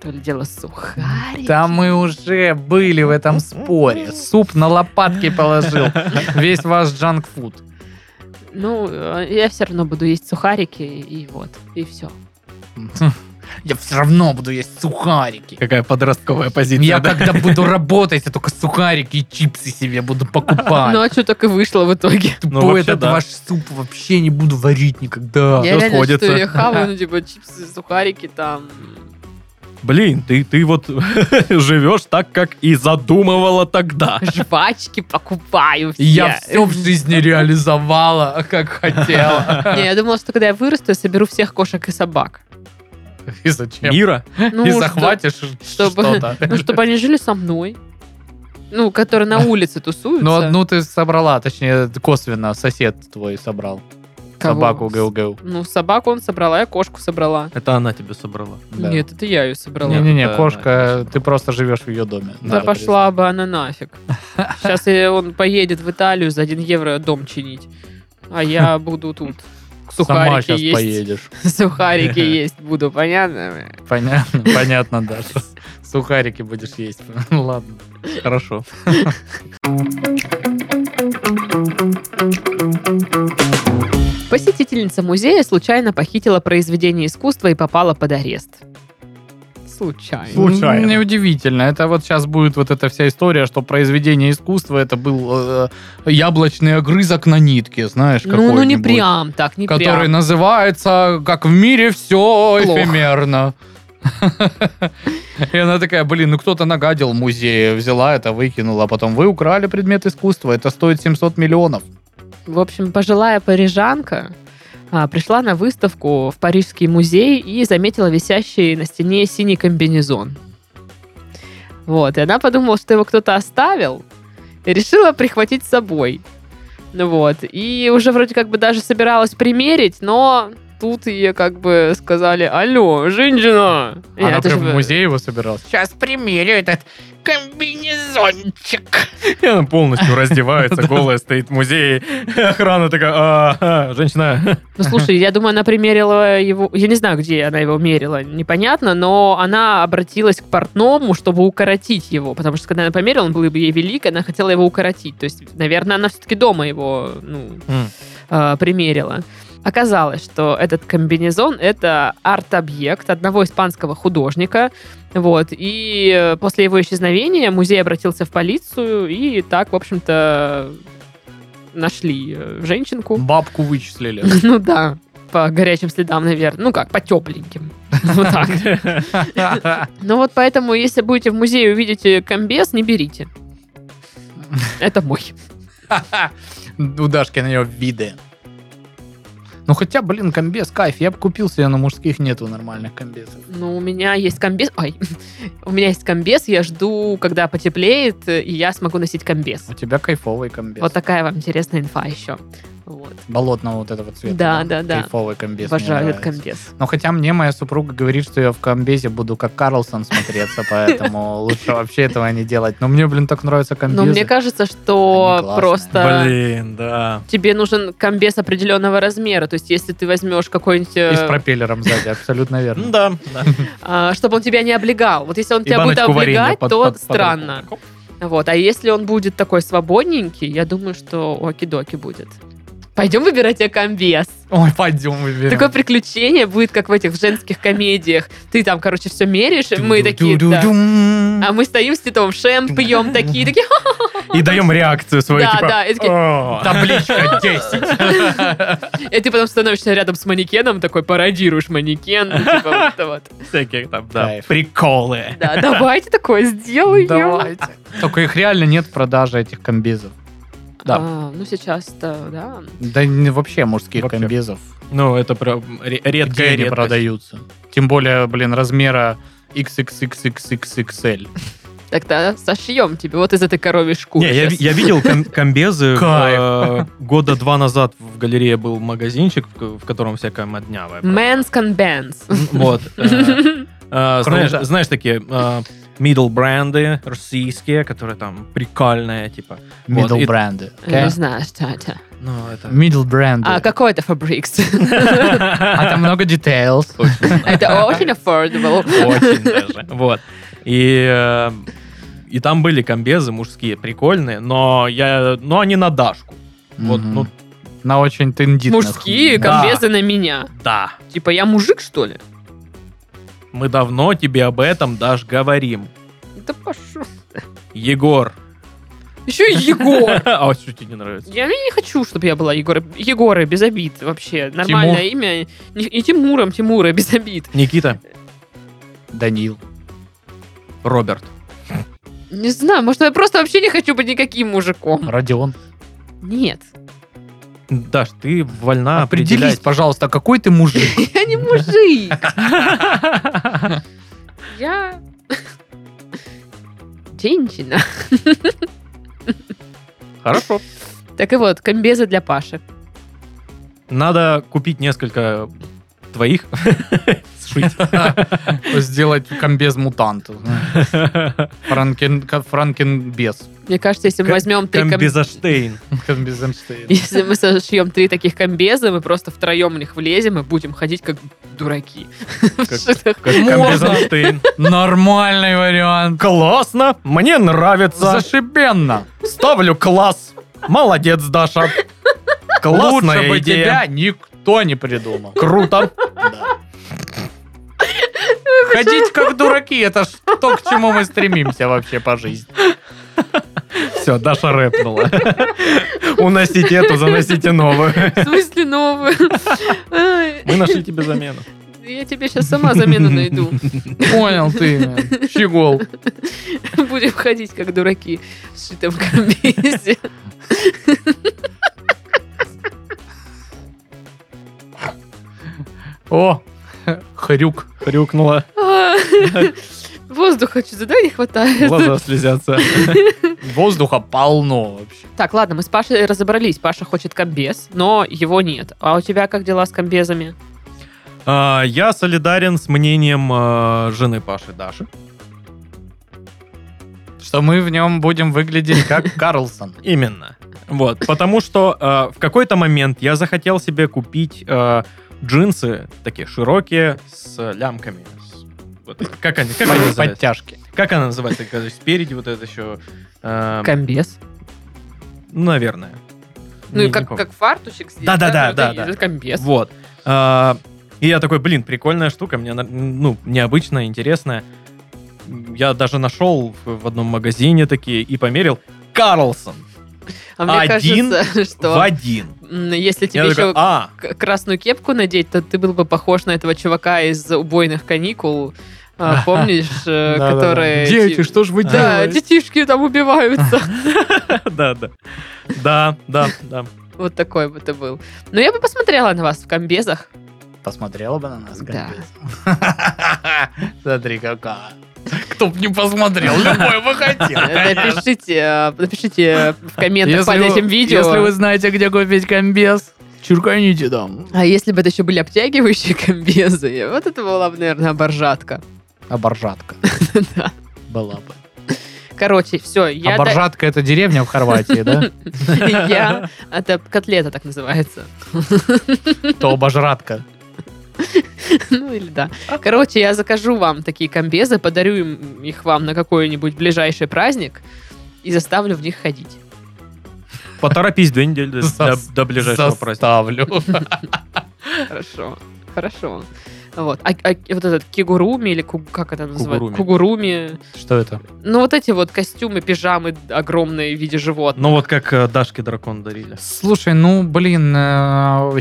[SPEAKER 1] То ли дело сухарь.
[SPEAKER 4] Да мы уже были в этом споре. Суп на лопатки положил. Весь ваш джанкфуд.
[SPEAKER 1] Ну, э, я все равно буду есть сухарики, и вот, и все.
[SPEAKER 4] Я все равно буду есть сухарики.
[SPEAKER 2] Какая подростковая позиция.
[SPEAKER 4] Я
[SPEAKER 2] да?
[SPEAKER 4] когда буду работать, я только сухарики и чипсы себе буду
[SPEAKER 1] Ну,
[SPEAKER 4] покупать.
[SPEAKER 1] а что так и вышло в итоге?
[SPEAKER 2] Ну,
[SPEAKER 4] Тупой
[SPEAKER 2] вообще,
[SPEAKER 4] этот
[SPEAKER 2] да.
[SPEAKER 4] ваш суп вообще не буду варить никогда.
[SPEAKER 1] Я реально,
[SPEAKER 2] сходится.
[SPEAKER 1] что я хаваю, ну, типа, чипсы, сухарики там,
[SPEAKER 2] Блин, ты, ты вот живешь так, как и задумывала тогда.
[SPEAKER 1] жвачки покупаю все.
[SPEAKER 4] Я все в жизни реализовала, как хотела.
[SPEAKER 1] Не, я думала, что когда я вырасту, я соберу всех кошек и собак.
[SPEAKER 3] И зачем?
[SPEAKER 2] Мира?
[SPEAKER 1] Ну,
[SPEAKER 3] И
[SPEAKER 1] что-
[SPEAKER 3] захватишь
[SPEAKER 1] чтобы-
[SPEAKER 3] что-то.
[SPEAKER 1] ну, чтобы они жили со мной. Ну, которые на улице тусуются.
[SPEAKER 3] Ну, одну ты собрала, точнее, косвенно сосед твой собрал.
[SPEAKER 1] Кого?
[SPEAKER 3] Собаку гэл-гэл.
[SPEAKER 1] Ну, собаку он собрала, я кошку собрала.
[SPEAKER 2] Это она тебе собрала.
[SPEAKER 3] Да.
[SPEAKER 1] Нет, это я ее собрала.
[SPEAKER 2] Не,
[SPEAKER 3] Не-не-не,
[SPEAKER 2] это-
[SPEAKER 3] кошка, ты просто живешь в ее доме.
[SPEAKER 1] Да
[SPEAKER 3] надо
[SPEAKER 1] пошла бы она нафиг. Сейчас и он поедет в Италию за 1 евро дом чинить. А я буду тут
[SPEAKER 3] признать. Сама
[SPEAKER 1] сухарики
[SPEAKER 3] сейчас
[SPEAKER 1] есть.
[SPEAKER 3] поедешь.
[SPEAKER 1] Сухарики есть буду, понятно?
[SPEAKER 3] Понятно, понятно, да. Сухарики будешь есть. Ну, Ладно.
[SPEAKER 2] Хорошо.
[SPEAKER 1] Посетительница музея случайно похитила произведение искусства и попала под арест. Случайно.
[SPEAKER 5] Случайно.
[SPEAKER 3] Неудивительно. Это вот сейчас будет вот эта вся история, что произведение искусства это был э, яблочный огрызок на нитке, знаешь,
[SPEAKER 1] Ну, ну не
[SPEAKER 3] какой-нибудь,
[SPEAKER 1] прям так, не
[SPEAKER 3] Который
[SPEAKER 1] прям.
[SPEAKER 3] называется «Как в мире все
[SPEAKER 1] Плохо.
[SPEAKER 3] эфемерно». И она такая, блин, ну кто-то нагадил в музее, взяла это, выкинула, а потом вы украли предмет искусства, это стоит 700 миллионов.
[SPEAKER 1] В общем, пожилая парижанка а, пришла на выставку в Парижский музей и заметила висящий на стене синий комбинезон. Вот, и она подумала, что его кто-то оставил, и решила прихватить с собой. Ну Вот, и уже вроде как бы даже собиралась примерить, но тут ей как бы сказали, алло, женщина! И
[SPEAKER 5] Она
[SPEAKER 1] Э, это
[SPEAKER 5] прям
[SPEAKER 1] же
[SPEAKER 5] в музей его собиралась.
[SPEAKER 6] Сейчас примерю этот комбинезончик.
[SPEAKER 2] И она полностью раздевается, голая стоит в музее. Охрана такая, «А, а, женщина,
[SPEAKER 1] Ну, слушай, я думаю, она примерила его... Я не знаю, где она его мерила, непонятно, но она обратилась к портному, чтобы укоротить его, потому что, когда она померила, он был бы ей велик, и она хотела его укоротить. То есть, наверное, она все-таки дома его ну,
[SPEAKER 2] М.
[SPEAKER 1] э, примерила. Оказалось, что этот комбинезон — это арт-объект одного испанского художника. Вот. И э, после его исчезновения музей обратился в полицию, и так, в общем-то, нашли э, женщинку.
[SPEAKER 5] Бабку вычислили.
[SPEAKER 1] Ну да, по горячим следам, наверное. Ну как, по тепленьким. Вот так. Ну вот поэтому, если будете в музее и увидите комбез, не берите. Это мой.
[SPEAKER 5] У Дашки на него виды.
[SPEAKER 3] Ну хотя, блин, комбез, кайф, я бы купил себе, но мужских нету нормальных комбезов.
[SPEAKER 1] Ну, у меня есть комбез. Ой, у меня есть комбез, я жду, когда потеплеет, и я смогу носить комбез.
[SPEAKER 3] У тебя кайфовый комбез.
[SPEAKER 1] Вот такая вам интересная инфа еще. Вот.
[SPEAKER 3] Болотного вот этого цвета.
[SPEAKER 1] Да, да, да.
[SPEAKER 3] Кайфовый комбез. мне
[SPEAKER 1] Обожаю этот
[SPEAKER 3] нравится.
[SPEAKER 1] комбез.
[SPEAKER 3] Но хотя мне моя супруга говорит, что я в комбезе буду как Карлсон смотреться, поэтому лучше вообще этого не делать. Но мне, блин, так нравится комбезы.
[SPEAKER 1] Но мне кажется,
[SPEAKER 3] Они
[SPEAKER 1] что
[SPEAKER 3] классные.
[SPEAKER 1] просто
[SPEAKER 2] блин, да.
[SPEAKER 1] тебе нужен комбез определенного размера. То есть, если ты возьмешь какой-нибудь...
[SPEAKER 3] И с
[SPEAKER 1] э,
[SPEAKER 3] пропеллером сзади, абсолютно
[SPEAKER 1] Ну
[SPEAKER 3] верно.
[SPEAKER 2] Да, да.
[SPEAKER 1] а, чтобы он тебя не облегал. Вот если он
[SPEAKER 2] И
[SPEAKER 1] тебя будет
[SPEAKER 2] баночку варенья
[SPEAKER 1] облегать,
[SPEAKER 2] под-
[SPEAKER 1] А то
[SPEAKER 2] под- под руку.
[SPEAKER 1] странно. Вот. А если он будет такой свободненький, я думаю, что оки-доки будет. Пойдем выбирать тебе комбез.
[SPEAKER 3] Ой, пойдем выберем.
[SPEAKER 1] Такое приключение будет, как в этих женских комедиях. Ты там, короче, все меряешь, и мы такие, да.
[SPEAKER 3] Ду-ду-ду-дум.
[SPEAKER 1] А мы стоим с Титовым шем, пьем такие, такие, «Ха,
[SPEAKER 2] И даем реакцию свою,
[SPEAKER 1] Да,
[SPEAKER 2] типа,
[SPEAKER 1] да, и такие,
[SPEAKER 2] «А».
[SPEAKER 5] Табличка 10.
[SPEAKER 1] и ты потом становишься рядом с манекеном, такой пародируешь манекен, ну, типа вот это вот.
[SPEAKER 2] всяких там, да,
[SPEAKER 3] Кайф.
[SPEAKER 2] приколы.
[SPEAKER 1] Да, давайте такое сделаем.
[SPEAKER 3] Давайте.
[SPEAKER 5] Только их реально нет в продаже, этих комбизов.
[SPEAKER 3] Да.
[SPEAKER 1] А, ну сейчас-то, да.
[SPEAKER 5] Да не вообще мужских
[SPEAKER 2] Вообще.
[SPEAKER 5] комбизов.
[SPEAKER 2] Ну, это прям ре-
[SPEAKER 5] Где
[SPEAKER 2] редкая
[SPEAKER 5] они
[SPEAKER 2] редкость.
[SPEAKER 5] продаются? Тем более, блин, размера XXXXXXL.
[SPEAKER 1] Тогда сошьем тебе вот из этой коровьей шкуры.
[SPEAKER 2] Не, я,
[SPEAKER 1] щас.
[SPEAKER 2] ви- я видел ком- комбезы.
[SPEAKER 5] Кайф.
[SPEAKER 2] э, Года два назад в галерее был магазинчик, в в котором всякая моднявая. была.
[SPEAKER 1] Men's Convents.
[SPEAKER 2] Вот. э, э, Знаешь,
[SPEAKER 5] Круто.
[SPEAKER 2] знаешь, такие э, middle бренды российские, которые там прикольные, типа. Вот,
[SPEAKER 5] Middle
[SPEAKER 2] и-
[SPEAKER 5] бренды.
[SPEAKER 1] Я Не знаю, что это.
[SPEAKER 2] Ну, это...
[SPEAKER 5] Middle бренды.
[SPEAKER 1] А какой это Фабрикс?
[SPEAKER 5] А там много details.
[SPEAKER 1] Это очень affordable.
[SPEAKER 2] Очень даже. Вот. И, э, и там были комбезы мужские, прикольные, но я, но они на Дашку. Вот,
[SPEAKER 5] Мгм.
[SPEAKER 2] ну,
[SPEAKER 5] На очень тендитных.
[SPEAKER 1] Мужские
[SPEAKER 5] Да.
[SPEAKER 1] комбезы на меня.
[SPEAKER 2] да.
[SPEAKER 1] Типа, я мужик, что ли?
[SPEAKER 2] Мы давно тебе об этом, Даш, говорим.
[SPEAKER 1] Да пошел.
[SPEAKER 2] Егор.
[SPEAKER 1] Еще и Егор.
[SPEAKER 2] А вот что тебе не нравится?
[SPEAKER 1] Я не хочу, чтобы я была Егор. Егоры без обид вообще. Нормальное имя. Не- И Тимуром, Тимура без обид.
[SPEAKER 2] Никита.
[SPEAKER 5] Данил.
[SPEAKER 2] Роберт.
[SPEAKER 1] Не знаю, может, я просто вообще не хочу быть никаким мужиком.
[SPEAKER 5] Родион.
[SPEAKER 1] Нет.
[SPEAKER 2] Даш, ты вольна
[SPEAKER 5] Определись,
[SPEAKER 2] определять.
[SPEAKER 5] пожалуйста, какой ты мужик.
[SPEAKER 1] Я не мужик. Я женщина.
[SPEAKER 2] Хорошо.
[SPEAKER 1] Так и вот, комбезы для Паши.
[SPEAKER 2] Надо купить несколько твоих. Сшить.
[SPEAKER 5] Сделать комбез мутанта. Франкен, ка- франкенбез.
[SPEAKER 1] Мне кажется, если мы
[SPEAKER 2] Ком-
[SPEAKER 1] возьмем три ком-
[SPEAKER 2] Комбезаштейн.
[SPEAKER 5] Комбез Эйнштейна.
[SPEAKER 1] Если мы сошьем три таких комбеза, мы просто втроем в них влезем и будем ходить как дураки. В шитах.
[SPEAKER 2] Как Комбезаштейн.
[SPEAKER 5] Нормальный вариант.
[SPEAKER 2] Классно. Мне нравится.
[SPEAKER 5] Зашибенно.
[SPEAKER 2] Ставлю класс. Молодец, Даша.
[SPEAKER 5] Лучше
[SPEAKER 2] Классная
[SPEAKER 5] бы
[SPEAKER 2] идея.
[SPEAKER 5] тебя никто не придумал.
[SPEAKER 2] Круто.
[SPEAKER 5] Да.
[SPEAKER 3] Ходить как дураки, это ж то, к чему мы стремимся вообще по жизни.
[SPEAKER 2] Все, Даша рэпнула. Уносите эту, заносите новую.
[SPEAKER 1] В смысле новую? Ай,
[SPEAKER 2] Мы нашли тебе замену.
[SPEAKER 1] Я тебе сейчас сама замену найду.
[SPEAKER 3] Понял ты, щегол.
[SPEAKER 1] Будем ходить, как дураки, в сшитом комбезе.
[SPEAKER 3] О, хрюк.
[SPEAKER 2] Хрюкнула,
[SPEAKER 1] А, Воздуха чуть да не хватает.
[SPEAKER 2] глаза слезятся.
[SPEAKER 3] Воздуха полно вообще.
[SPEAKER 1] Так, ладно, мы с Пашей разобрались. Паша хочет комбез, но его нет. А у тебя как дела с комбезами?
[SPEAKER 2] А, Я солидарен с мнением а, жены Паши Даши.
[SPEAKER 3] Что мы в нем будем выглядеть как Карлсон.
[SPEAKER 2] Именно. Вот, потому что э, в какой-то момент я захотел себе купить э, джинсы такие широкие с лямками. С вот эти- как они, как они называются?
[SPEAKER 3] Подтяжки.
[SPEAKER 2] Как она называется? когда Спереди вот это еще, э,
[SPEAKER 1] Комбез.
[SPEAKER 2] ну, наверное.
[SPEAKER 1] Ну
[SPEAKER 2] Не-
[SPEAKER 1] и
[SPEAKER 2] не
[SPEAKER 1] как,
[SPEAKER 2] помню.
[SPEAKER 1] как фартучек здесь.
[SPEAKER 2] Да-да-да,
[SPEAKER 1] вот
[SPEAKER 2] да,
[SPEAKER 1] и
[SPEAKER 2] да.
[SPEAKER 1] это Комбез.
[SPEAKER 2] Вот. А, И я такой, блин, прикольная штука, мне, на- ну, необычная, интересная. Я даже нашел в в одном магазине такие и померил. Карлсон
[SPEAKER 1] А мне
[SPEAKER 2] Один
[SPEAKER 1] кажется, что
[SPEAKER 2] в один.
[SPEAKER 1] м, если
[SPEAKER 2] Я
[SPEAKER 1] тебе
[SPEAKER 2] такой,
[SPEAKER 1] еще
[SPEAKER 2] а,
[SPEAKER 1] к- красную кепку надеть, то ты был бы похож на этого чувака из убойных каникул. А, Помнишь, э, которые...
[SPEAKER 7] Дети,
[SPEAKER 1] тип-
[SPEAKER 7] что ж вы
[SPEAKER 1] Да,
[SPEAKER 7] делаете?
[SPEAKER 1] детишки там убиваются.
[SPEAKER 2] да, да. Да, да, да.
[SPEAKER 1] Вот такой бы ты был. Но я бы посмотрела на вас в комбезах.
[SPEAKER 3] Посмотрела бы на нас,
[SPEAKER 1] Да.
[SPEAKER 3] конечно. Смотри, какая. Кто б не посмотрел, любой бы хотел.
[SPEAKER 1] Напишите, э, напишите в комментах под
[SPEAKER 3] Если вы-
[SPEAKER 1] этим
[SPEAKER 3] Если вы
[SPEAKER 1] видео.
[SPEAKER 3] знаете, где купить комбез, чурканите там.
[SPEAKER 1] А если бы это еще были обтягивающие комбезы, вот это была бы, наверное, боржатка.
[SPEAKER 3] А боржатка
[SPEAKER 1] Да.
[SPEAKER 3] была бы.
[SPEAKER 1] Короче, все,
[SPEAKER 3] А
[SPEAKER 1] я... до-
[SPEAKER 3] боржатка это деревня в Хорватии, да?
[SPEAKER 1] Я... Это котлета так называется.
[SPEAKER 3] То божратка.
[SPEAKER 1] Ну или да.
[SPEAKER 3] А
[SPEAKER 1] Короче, я закажу вам такие комбезы, подарю им их вам на какой-нибудь ближайший праздник и заставлю в них ходить.
[SPEAKER 2] Поторопись две недели до,
[SPEAKER 3] Зас-
[SPEAKER 2] до- до ближайшего праздника.
[SPEAKER 3] Заставлю.
[SPEAKER 1] Хорошо. Хорошо. Вот. А, а вот этот кигуруми или ку- как это называется?
[SPEAKER 2] Кугуруми.
[SPEAKER 1] Кугуруми.
[SPEAKER 3] Что это?
[SPEAKER 1] Ну вот эти вот костюмы, пижамы огромные в виде животных.
[SPEAKER 2] Ну вот как э, Дашке дракон дарили.
[SPEAKER 3] Слушай, ну, блин,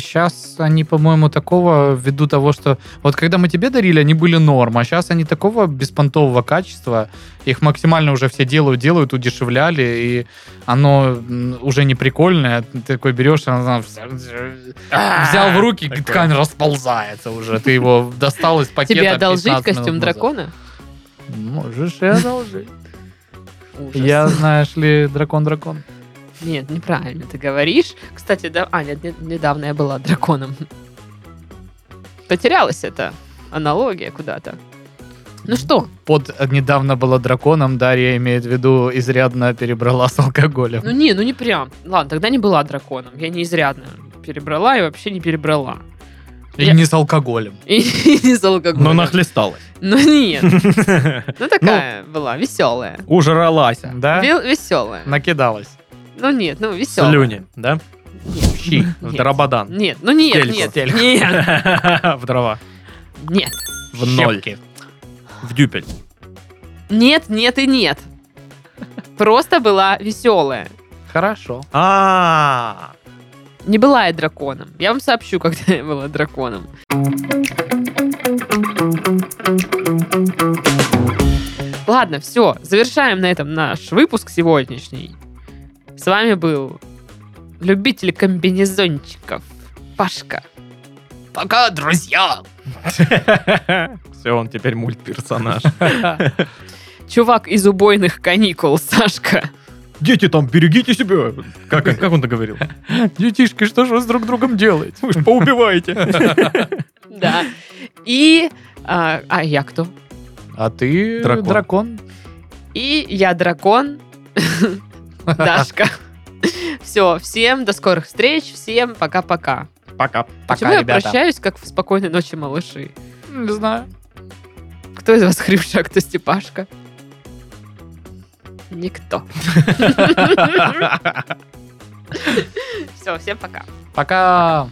[SPEAKER 3] сейчас они, по-моему, такого, ввиду того, что... Вот когда мы тебе дарили, они были норм, а сейчас они такого беспонтового качества, их максимально уже все делают, делают, удешевляли, и оно м, уже не прикольное. Ты такой берешь, она знаю,
[SPEAKER 1] А,
[SPEAKER 3] взял в руки,
[SPEAKER 2] Такое.
[SPEAKER 3] ткань расползается уже. Ты его достал из пакета.
[SPEAKER 1] Тебе одолжить
[SPEAKER 3] 15 минут
[SPEAKER 1] костюм
[SPEAKER 3] назад.
[SPEAKER 1] дракона?
[SPEAKER 3] Можешь и одолжить.
[SPEAKER 1] Ужас.
[SPEAKER 3] Я, знаешь ли, дракон-дракон.
[SPEAKER 1] Нет, неправильно ты говоришь. Кстати, да... А, нет, нет, недавно я была драконом. Потерялась эта аналогия куда-то. Ну что,
[SPEAKER 3] под недавно была драконом, Дарья имеет в виду изрядно перебрала с алкоголем.
[SPEAKER 1] Ну не, ну не прям. Ладно, тогда не была драконом. Я не изрядно перебрала и вообще не перебрала.
[SPEAKER 3] И
[SPEAKER 1] я-
[SPEAKER 3] не с алкоголем.
[SPEAKER 1] И не с алкоголем.
[SPEAKER 3] Ну,
[SPEAKER 2] Но нахлесталась.
[SPEAKER 1] Ну нет. Ну такая была, веселая.
[SPEAKER 2] Ужралась.
[SPEAKER 3] Да?
[SPEAKER 1] Веселая.
[SPEAKER 3] Накидалась.
[SPEAKER 1] Ну нет, ну веселая.
[SPEAKER 2] Слюни, да?
[SPEAKER 3] Щи.
[SPEAKER 2] В
[SPEAKER 1] Нет.
[SPEAKER 2] дрободан.
[SPEAKER 1] Нет, ну нет,
[SPEAKER 2] Стельку.
[SPEAKER 1] нет,
[SPEAKER 3] Стельку.
[SPEAKER 1] нет,
[SPEAKER 2] В дрова.
[SPEAKER 1] нет,
[SPEAKER 2] В ноль.
[SPEAKER 3] Щепки.
[SPEAKER 2] В дюпель.
[SPEAKER 1] нет, нет и нет. Просто была веселая.
[SPEAKER 3] Хорошо.
[SPEAKER 2] А,
[SPEAKER 1] Не была я драконом. Я вам сообщу, когда я была драконом. Ладно, все, завершаем на этом наш выпуск сегодняшний. С вами был любитель комбинезончиков Пашка.
[SPEAKER 3] Пока, друзья!
[SPEAKER 2] все, он теперь мультперсонаж.
[SPEAKER 1] Чувак из убойных каникул, Сашка.
[SPEAKER 2] Дети там, берегите себя. Как, как он договорил?
[SPEAKER 3] Детишки, что же вы с друг другом делаете?
[SPEAKER 2] Вы ж поубиваете.
[SPEAKER 1] Да. И... А, а я кто?
[SPEAKER 3] А ты
[SPEAKER 2] Дракон.
[SPEAKER 3] дракон.
[SPEAKER 1] И я дракон. Дашка. Все, всем до скорых встреч, всем пока-пока.
[SPEAKER 3] А
[SPEAKER 2] Пока.
[SPEAKER 1] Почему я прощаюсь, как в спокойной ночи, малыши?
[SPEAKER 3] Не знаю.
[SPEAKER 1] Кто из вас хрюша, а кто Степашка? Никто. Все, всем пока.
[SPEAKER 3] Пока.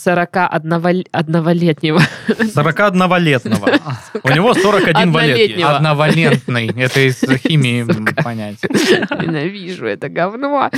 [SPEAKER 1] 41-летнего.
[SPEAKER 2] 41-летного. У него 41 валет
[SPEAKER 1] Однолетнего.
[SPEAKER 2] есть.
[SPEAKER 3] Одновалентный. Это из химии м, понятие.
[SPEAKER 1] Ненавижу это говно.